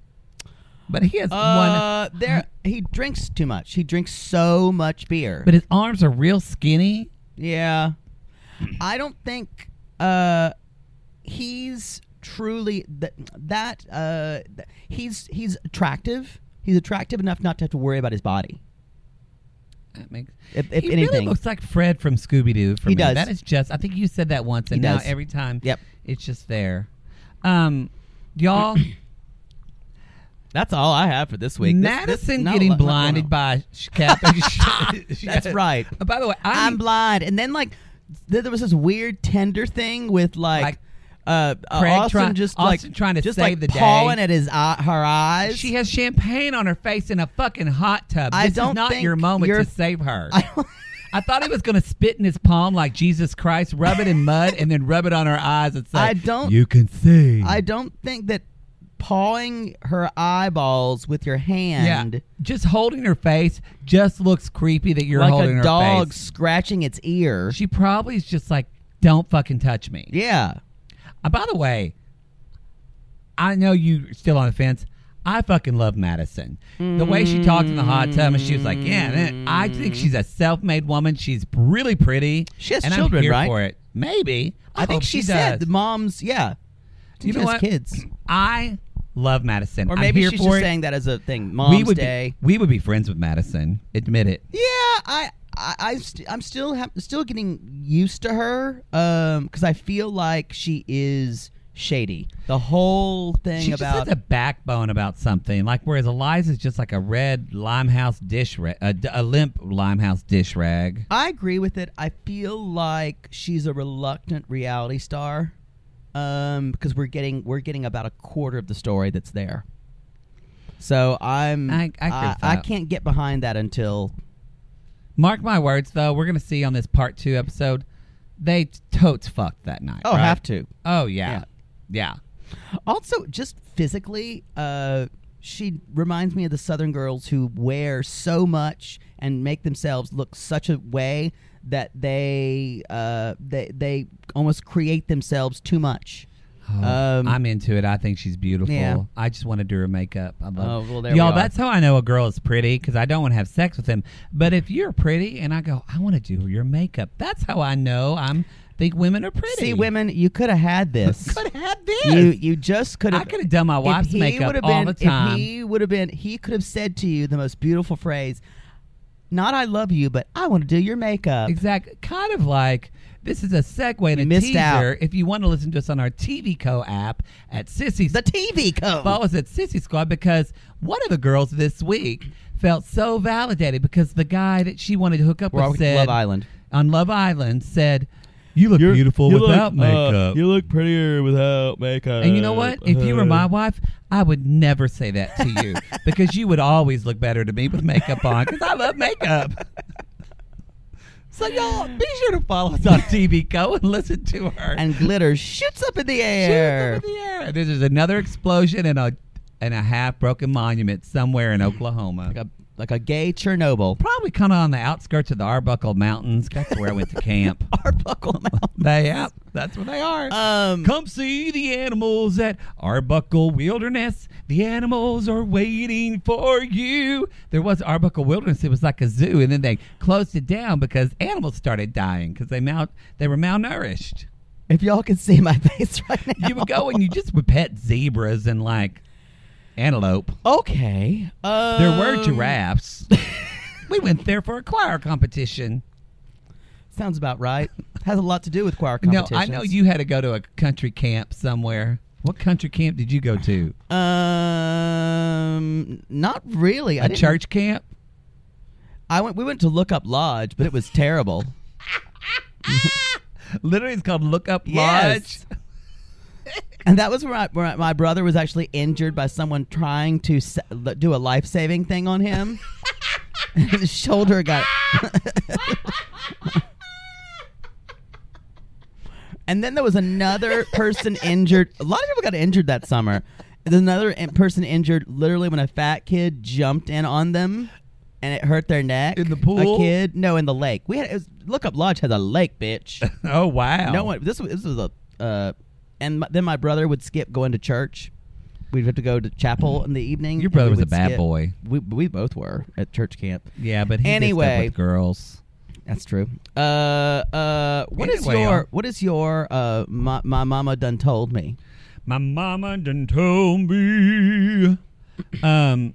Speaker 6: But he has one.
Speaker 7: Uh, there he drinks too much. He drinks so much beer.
Speaker 6: But his arms are real skinny.
Speaker 7: yeah, I don't think uh, he's truly th- that. Uh, th- he's he's attractive. He's attractive enough not to have to worry about his body.
Speaker 6: That makes.
Speaker 7: If- if
Speaker 6: he really
Speaker 7: anything.
Speaker 6: looks like Fred from Scooby Doo. for
Speaker 7: He
Speaker 6: me.
Speaker 7: does.
Speaker 6: That is just. I think you said that once, and
Speaker 7: He
Speaker 6: now
Speaker 7: does.
Speaker 6: every time.
Speaker 7: Yep.
Speaker 6: It's just there. Um, y'all,
Speaker 7: That's all I have for this week.
Speaker 6: Madison getting blinded by sh- Catherine. Sh-
Speaker 7: That's right. Oh,
Speaker 6: By the way,
Speaker 7: I'm
Speaker 6: I'm,
Speaker 7: blind, and then like th- there was this weird tender thing with like.
Speaker 6: Like,
Speaker 7: uh, uh,
Speaker 6: Craig
Speaker 7: Austin
Speaker 6: try-
Speaker 7: just
Speaker 6: Austin
Speaker 7: like
Speaker 6: trying to
Speaker 7: just
Speaker 6: save
Speaker 7: like
Speaker 6: the day.
Speaker 7: pawing at his eye, her eyes.
Speaker 6: She has champagne on her face in a fucking hot tub.
Speaker 7: I
Speaker 6: this is
Speaker 7: don't
Speaker 6: not
Speaker 7: think
Speaker 6: your moment to
Speaker 7: you're-
Speaker 6: save her.
Speaker 7: I don't-
Speaker 6: I thought he was going to spit in his palm like Jesus Christ, rub it in mud, and then rub it on her eyes and say,
Speaker 7: I don't-
Speaker 6: You can see."
Speaker 7: I don't think that pawing her eyeballs with your hand
Speaker 6: Yeah, just holding her face just looks creepy that you're
Speaker 7: like
Speaker 6: holding
Speaker 7: a
Speaker 6: her
Speaker 7: dog
Speaker 6: face.
Speaker 7: scratching its ear.
Speaker 6: She probably is just like, "Don't fucking touch me."
Speaker 7: yeah.
Speaker 6: Uh, by the way, I know you still on the fence. I fucking love Madison. The way she talked in the hot tub, and she was like, "Yeah, man, I think she's a self-made woman. She's really pretty.
Speaker 7: She has
Speaker 6: and
Speaker 7: children,
Speaker 6: I'm here
Speaker 7: right?
Speaker 6: For it, maybe.
Speaker 7: I,
Speaker 6: hope
Speaker 7: think she,
Speaker 6: does.
Speaker 7: said the mom's yeah.
Speaker 6: You know
Speaker 7: she
Speaker 6: what?
Speaker 7: has kids.
Speaker 6: I love Madison.
Speaker 7: Or
Speaker 6: I'm
Speaker 7: maybe
Speaker 6: here
Speaker 7: she's
Speaker 6: for
Speaker 7: just
Speaker 6: it.
Speaker 7: saying that as a thing. Mom's
Speaker 6: we would
Speaker 7: day.
Speaker 6: Be, we would be friends with Madison. Admit it.
Speaker 7: Yeah, I, I, I st- I'm still ha- still getting used to her because I feel like she is shady. The whole thing
Speaker 6: She
Speaker 7: about
Speaker 6: just has a backbone about something. Like whereas Eliza's just like a red limehouse dish, ra- a, d- a limp limehouse dish rag.
Speaker 7: I agree with it. I feel like she's a reluctant reality star um, because we're getting we're getting about a quarter of the story that's there. So I'm
Speaker 6: I- I agree with
Speaker 7: I
Speaker 6: that.
Speaker 7: can't get behind that until
Speaker 6: Mark my words, though, we're gonna see on this part two episode, they t- totes fucked that night.
Speaker 7: oh
Speaker 6: right?
Speaker 7: have to.
Speaker 6: Oh yeah, yeah.
Speaker 7: Also, just physically, uh, she reminds me of the Southern girls who wear so much and make themselves look such a way that they uh, they they almost create themselves too much.
Speaker 6: Oh,
Speaker 7: Um,
Speaker 6: I'm into it. I think she's beautiful.
Speaker 7: Yeah.
Speaker 6: I just want to do her makeup. I love.
Speaker 7: Oh, well, there we
Speaker 6: Y'all,
Speaker 7: are.
Speaker 6: that's how I know a girl is pretty because I don't want to have sex with them. But if you're pretty and I go, I want to do your makeup. That's how I know I'm think women are pretty.
Speaker 7: See, women, you could have had this.
Speaker 6: could have had this.
Speaker 7: You you just could have.
Speaker 6: I could have done my
Speaker 7: if
Speaker 6: wife's
Speaker 7: he
Speaker 6: makeup
Speaker 7: would've
Speaker 6: all the
Speaker 7: been-
Speaker 6: time.
Speaker 7: If he would have been. He could have said to you the most beautiful phrase. Not I love you, but I want to do your makeup.
Speaker 6: Exactly. Kind of like this is a segue and
Speaker 7: You
Speaker 6: a
Speaker 7: missed
Speaker 6: teaser.
Speaker 7: out.
Speaker 6: If you want to listen to us on our TV Co app at Sissy's
Speaker 7: The TV code.
Speaker 6: follow us at Sissy Squad because one of the girls this week felt so validated because the guy that she wanted to hook up
Speaker 7: We're all
Speaker 6: with said
Speaker 7: Love Island.
Speaker 6: on Love Island said, "You look uh, beautiful without makeup."
Speaker 7: look prettier without makeup.
Speaker 6: and you know what? If you were my wife, I would never say that to you because you would always look better to me with makeup on because I love makeup. So y'all be sure to follow us on TV Go and listen to her.
Speaker 7: and glitter shoots up in the air.
Speaker 6: Shoot them in the air. This is another explosion and a and a half broken monument somewhere in Oklahoma.
Speaker 7: like a like a gay Chernobyl.
Speaker 6: Probably kind of on the outskirts of the Arbuckle Mountains. That's where I went to camp.
Speaker 7: Arbuckle Mountain.
Speaker 6: they, yeah, that's where they are.
Speaker 7: Um,
Speaker 6: Come see the animals at Arbuckle Wilderness. The animals are waiting for you. There was Arbuckle Wilderness. It was like a zoo, and then they closed it down because animals started dying because they mal- they were malnourished.
Speaker 7: if y'all could see my face right now.
Speaker 6: You would go and you just would pet zebras and like antelope.
Speaker 7: Okay. Um,
Speaker 6: There were giraffes. we went there for a choir competition.
Speaker 7: Sounds about right. Has a lot to do with choir
Speaker 6: No,
Speaker 7: competitions.
Speaker 6: I know you had to go to a country camp somewhere. What country camp did you go to?
Speaker 7: Um, not really. I
Speaker 6: A
Speaker 7: didn't-
Speaker 6: church camp?
Speaker 7: I went. We went to Look Up Lodge, but it was terrible.
Speaker 6: Literally, it's called Look Up Lodge.
Speaker 7: Yes. And that was where, I, where I- my brother was actually injured by someone trying to sa- l- do a life saving thing on him. and his shoulder got. and then there was another person injured. A lot of people got injured that summer. There's another in- person injured literally when a fat kid jumped in on them. And it hurt their neck.
Speaker 6: In the pool?
Speaker 7: a kid? No, in the lake. We had it was, look up lodge has a lake, bitch.
Speaker 6: Oh wow!
Speaker 7: No one. This was this was a. Uh, and my, then my brother would skip going to church. We'd have to go to chapel in the evening.
Speaker 6: Your
Speaker 7: and
Speaker 6: brother
Speaker 7: we
Speaker 6: was a
Speaker 7: would
Speaker 6: bad
Speaker 7: skip.
Speaker 6: boy.
Speaker 7: We, we both were at church camp.
Speaker 6: Yeah, but he did stuff
Speaker 7: Anyway.
Speaker 6: with girls.
Speaker 7: That's true. Uh, uh, what is
Speaker 6: Anyway, uh,
Speaker 7: your what is your uh my, my mama done told me?
Speaker 3: My mama done told me.
Speaker 6: Um,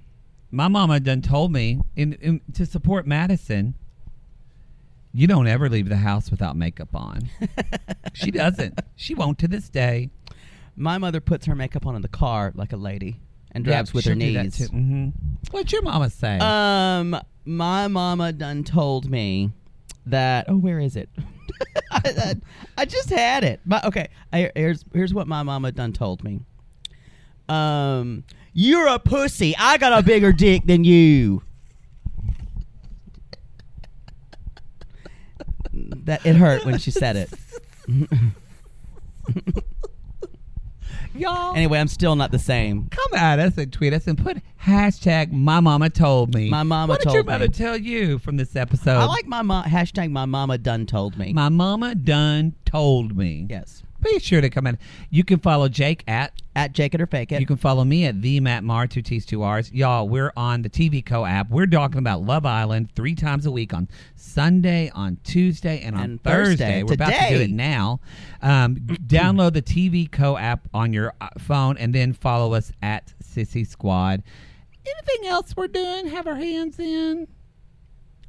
Speaker 6: my mama done told me in, in to support Madison. You don't ever leave the house without makeup on. she doesn't. She won't to this day.
Speaker 7: My mother puts her makeup on in the car like a lady and drives with her knees.
Speaker 6: hmm What'd your mama say?
Speaker 7: Um, my mama done told me that. Oh, where is it? I, I- I just had it. My, okay, I, here's here's what my mama done told me. Um, you're a pussy. I got a bigger dick than you. That it hurt when she said it.
Speaker 6: Y'all
Speaker 7: Anyway, I'm still not the same.
Speaker 6: come at us and tweet us and put hashtag my mama told me.
Speaker 7: My mama
Speaker 6: What did your
Speaker 7: told
Speaker 6: mother
Speaker 7: me.
Speaker 6: tell you from this episode?
Speaker 7: I like my mom. Hashtag my mama done told me.
Speaker 6: my mama done told me.
Speaker 7: yes.
Speaker 6: Be sure to come in. You can follow Jake at
Speaker 7: At Jake it or fake it.
Speaker 6: You can follow me at the Matt Mar two T's two R's. Y'all, we're on the TV Co app. We're talking about Love Island three times a week on Sunday, on Tuesday, and on
Speaker 7: And
Speaker 6: Thursday.
Speaker 7: Thursday.
Speaker 6: We're about to do
Speaker 7: Today.
Speaker 6: it now. Um, download the TV Co app on your uh, phone and then follow us at Sissy Squad. Anything else we're doing? Have our hands in.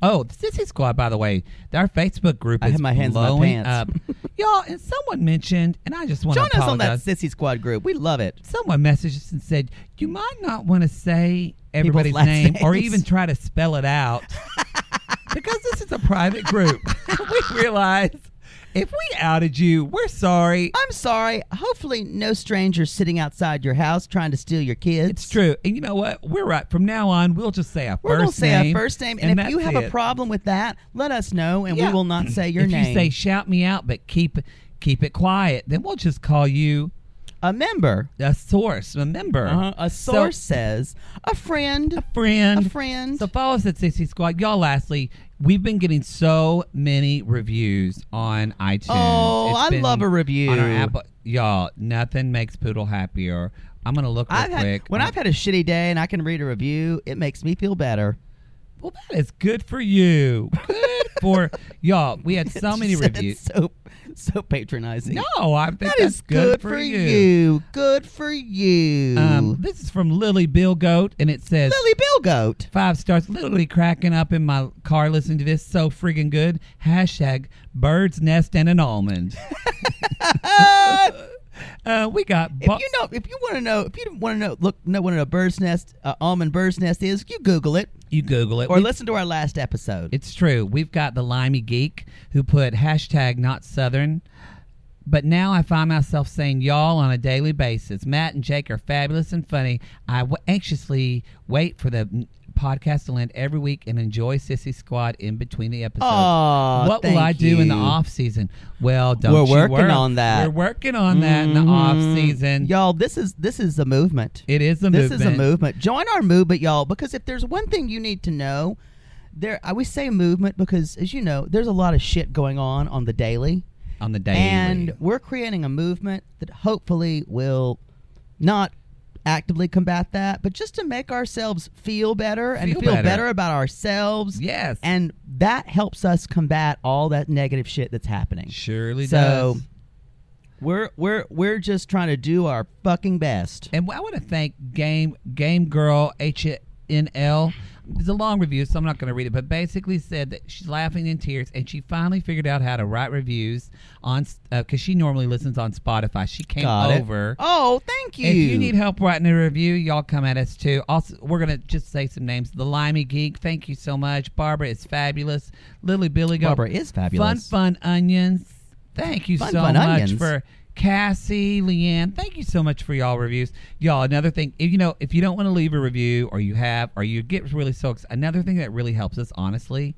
Speaker 6: Oh, the Sissy Squad, by the way, our Facebook group
Speaker 7: I
Speaker 6: is
Speaker 7: had my hands in my
Speaker 6: blowing
Speaker 7: pants.
Speaker 6: up. Y'all, and someone mentioned, and I just want
Speaker 7: Join
Speaker 6: to
Speaker 7: us on that
Speaker 6: apologize
Speaker 7: sissy squad group. We love it.
Speaker 6: someone messaged us and said you might not want to say everybody's
Speaker 7: last
Speaker 6: name or
Speaker 7: names.
Speaker 6: even try to spell it out because this is a private group. we realize if we outed you, we're sorry.
Speaker 7: I'm sorry. Hopefully, no strangers sitting outside your house trying to steal your kids.
Speaker 6: It's true, and you know what? We're right. From now on, we'll just say our
Speaker 7: We're going to
Speaker 6: first name.
Speaker 7: say our first name. And, if
Speaker 6: that's
Speaker 7: you have a
Speaker 6: it.
Speaker 7: problem with that, let us know and
Speaker 6: Yeah.
Speaker 7: we will not say your
Speaker 6: if
Speaker 7: name.
Speaker 6: you say shout me out, but keep keep it quiet, then we'll just call you
Speaker 7: a member. uh,
Speaker 6: a source, a member,
Speaker 7: Uh-huh. A
Speaker 6: Uh-huh. So-
Speaker 7: source says, a friend.
Speaker 6: friend.
Speaker 7: A friend.
Speaker 6: So follow us at 60 Squad. Y'all, lastly, we've been getting so many reviews on iTunes.
Speaker 7: Oh, I
Speaker 6: been
Speaker 7: love a review.
Speaker 6: On our Apple. Y'all, nothing makes Poodle happier. I'm going to look real
Speaker 7: I've had,
Speaker 6: quick.
Speaker 7: when I've had a shitty day and I can read a review, it makes me feel better.
Speaker 6: well, that is good for you. Good for y'all. We had so many
Speaker 7: Said it
Speaker 6: reviews.
Speaker 7: So, so patronizing.
Speaker 6: No, I think
Speaker 7: that
Speaker 6: that's
Speaker 7: is good, for you. Good for you.
Speaker 6: Um, this is from Lily Bill Goat, and it says
Speaker 7: Lily Bill Goat.
Speaker 6: five stars. Literally cracking up in my car listening to this. So friggin' good. Hashtag bird's nest and an almond. uh, we got.
Speaker 7: If
Speaker 6: Bo-
Speaker 7: you know, if you want to know, if you want to know, look, know what a bird's nest, uh, almond bird's nest is, you Google it
Speaker 6: you Google it.
Speaker 7: or
Speaker 6: We-
Speaker 7: listen to our last episode.
Speaker 6: It's true. We've got the limey geek who put hashtag not southern. But now I find myself saying y'all on a daily basis. Matt and Jake are fabulous and funny. I w- anxiously wait for the mm, podcast to end every week and enjoy Sissy Squad in between the episodes.
Speaker 7: Aw,
Speaker 6: what will I
Speaker 7: Uh, thank
Speaker 6: do in the
Speaker 7: you.
Speaker 6: off season? Well, don't
Speaker 7: We're
Speaker 6: you
Speaker 7: working
Speaker 6: worry.
Speaker 7: on that. Mm-hmm.
Speaker 6: We're working on that in the off season.
Speaker 7: Mm, y'all, this is this is a movement.
Speaker 6: It is a
Speaker 7: this
Speaker 6: movement.
Speaker 7: is a movement. Join our movement, y'all, because if there's one thing you need to know, there I always say movement because as you know, there's a lot of shit going on on the daily,
Speaker 6: on the daily.
Speaker 7: and we're creating a movement that hopefully will not actively combat that, but just to make ourselves feel better and
Speaker 6: Feel
Speaker 7: feel
Speaker 6: better.
Speaker 7: better, about ourselves.
Speaker 6: yes,
Speaker 7: And that helps us combat all that negative shit that's happening.
Speaker 6: surely
Speaker 7: So
Speaker 6: does.
Speaker 7: we're we're we're just trying to do our fucking best.
Speaker 6: And I want to thank Game Game Girl HNL. It's a long review, so I'm not going to read it, but basically said that she's laughing in tears, and she finally figured out how to write reviews on because she normally listens on Spotify. She came
Speaker 7: Got it.
Speaker 6: over.
Speaker 7: Oh, thank you.
Speaker 6: If you need help writing a review, y'all come at us too. Also, we're gonna just say some names. The Limey Geek, thank you so much. Barbara is fabulous. Lily Billy Goat,
Speaker 7: Barbara is fabulous.
Speaker 6: Fun Fun Onions, thank you
Speaker 7: Fun
Speaker 6: so
Speaker 7: Fun
Speaker 6: much
Speaker 7: Onions.
Speaker 6: for Cassie, Leanne. Thank you so much for y'all reviews, y'all. Another thing, if you know, if you don't want to leave a review, or you have, or you get really so, ex- another thing that really helps us, honestly,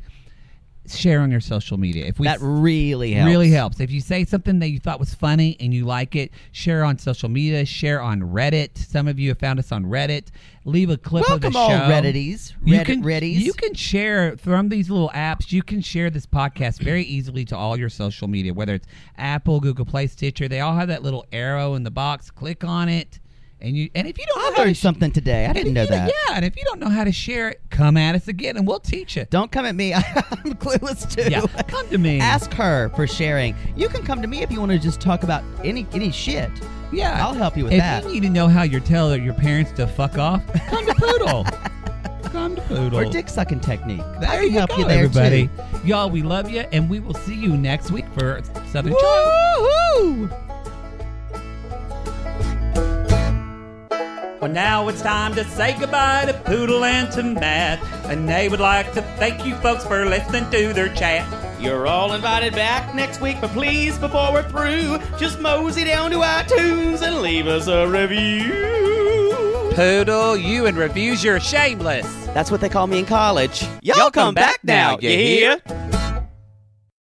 Speaker 6: share on your social media. If we
Speaker 7: that really helps.
Speaker 6: Really helps. If you say something that you thought was funny and you like it, share on social media, share on Reddit. Some of you have found us on Reddit. Leave a clip of
Speaker 7: Welcome
Speaker 6: the
Speaker 7: all
Speaker 6: show.
Speaker 7: Reddities,
Speaker 6: You
Speaker 7: Reddit
Speaker 6: can,
Speaker 7: Reddies.
Speaker 6: You can share from these little apps, you can share this podcast very easily to all your social media, whether it's Apple, Google Play, Stitcher. They all have that little arrow in the box. Click on it. And you and if you don't know
Speaker 7: I
Speaker 6: how to
Speaker 7: learned
Speaker 6: sh-
Speaker 7: something today. I
Speaker 6: and
Speaker 7: didn't
Speaker 6: if
Speaker 7: know
Speaker 6: you don't-
Speaker 7: that.
Speaker 6: Yeah, and if you don't know how to share it, come at us again and we'll teach you.
Speaker 7: Don't come at me. I'm clueless too.
Speaker 6: Yeah, come to me.
Speaker 7: Ask her for sharing. You can come to me if you want to just talk about any any shit.
Speaker 6: Yeah,
Speaker 7: I'll help you with
Speaker 6: if
Speaker 7: that.
Speaker 6: you need to know how you're telling your parents to fuck off, come to Poodle. come to Poodle.
Speaker 7: Or dick sucking technique.
Speaker 6: There
Speaker 7: I can
Speaker 6: you
Speaker 7: help
Speaker 6: go,
Speaker 7: you there
Speaker 6: everybody.
Speaker 7: too.
Speaker 6: Y'all, we love you, and we will see you next week for Southern Charm.
Speaker 7: Woohoo!
Speaker 1: Well, now it's time to say goodbye to Poodle and to Matt, and they would like to thank you folks for listening to their chat.
Speaker 4: You're all invited back next week, but please, before we're through, just mosey down to iTunes and leave us a review.
Speaker 1: Poodle, you and reviews, you're shameless.
Speaker 2: That's what they call me in college.
Speaker 4: Y'all come back now, you hear?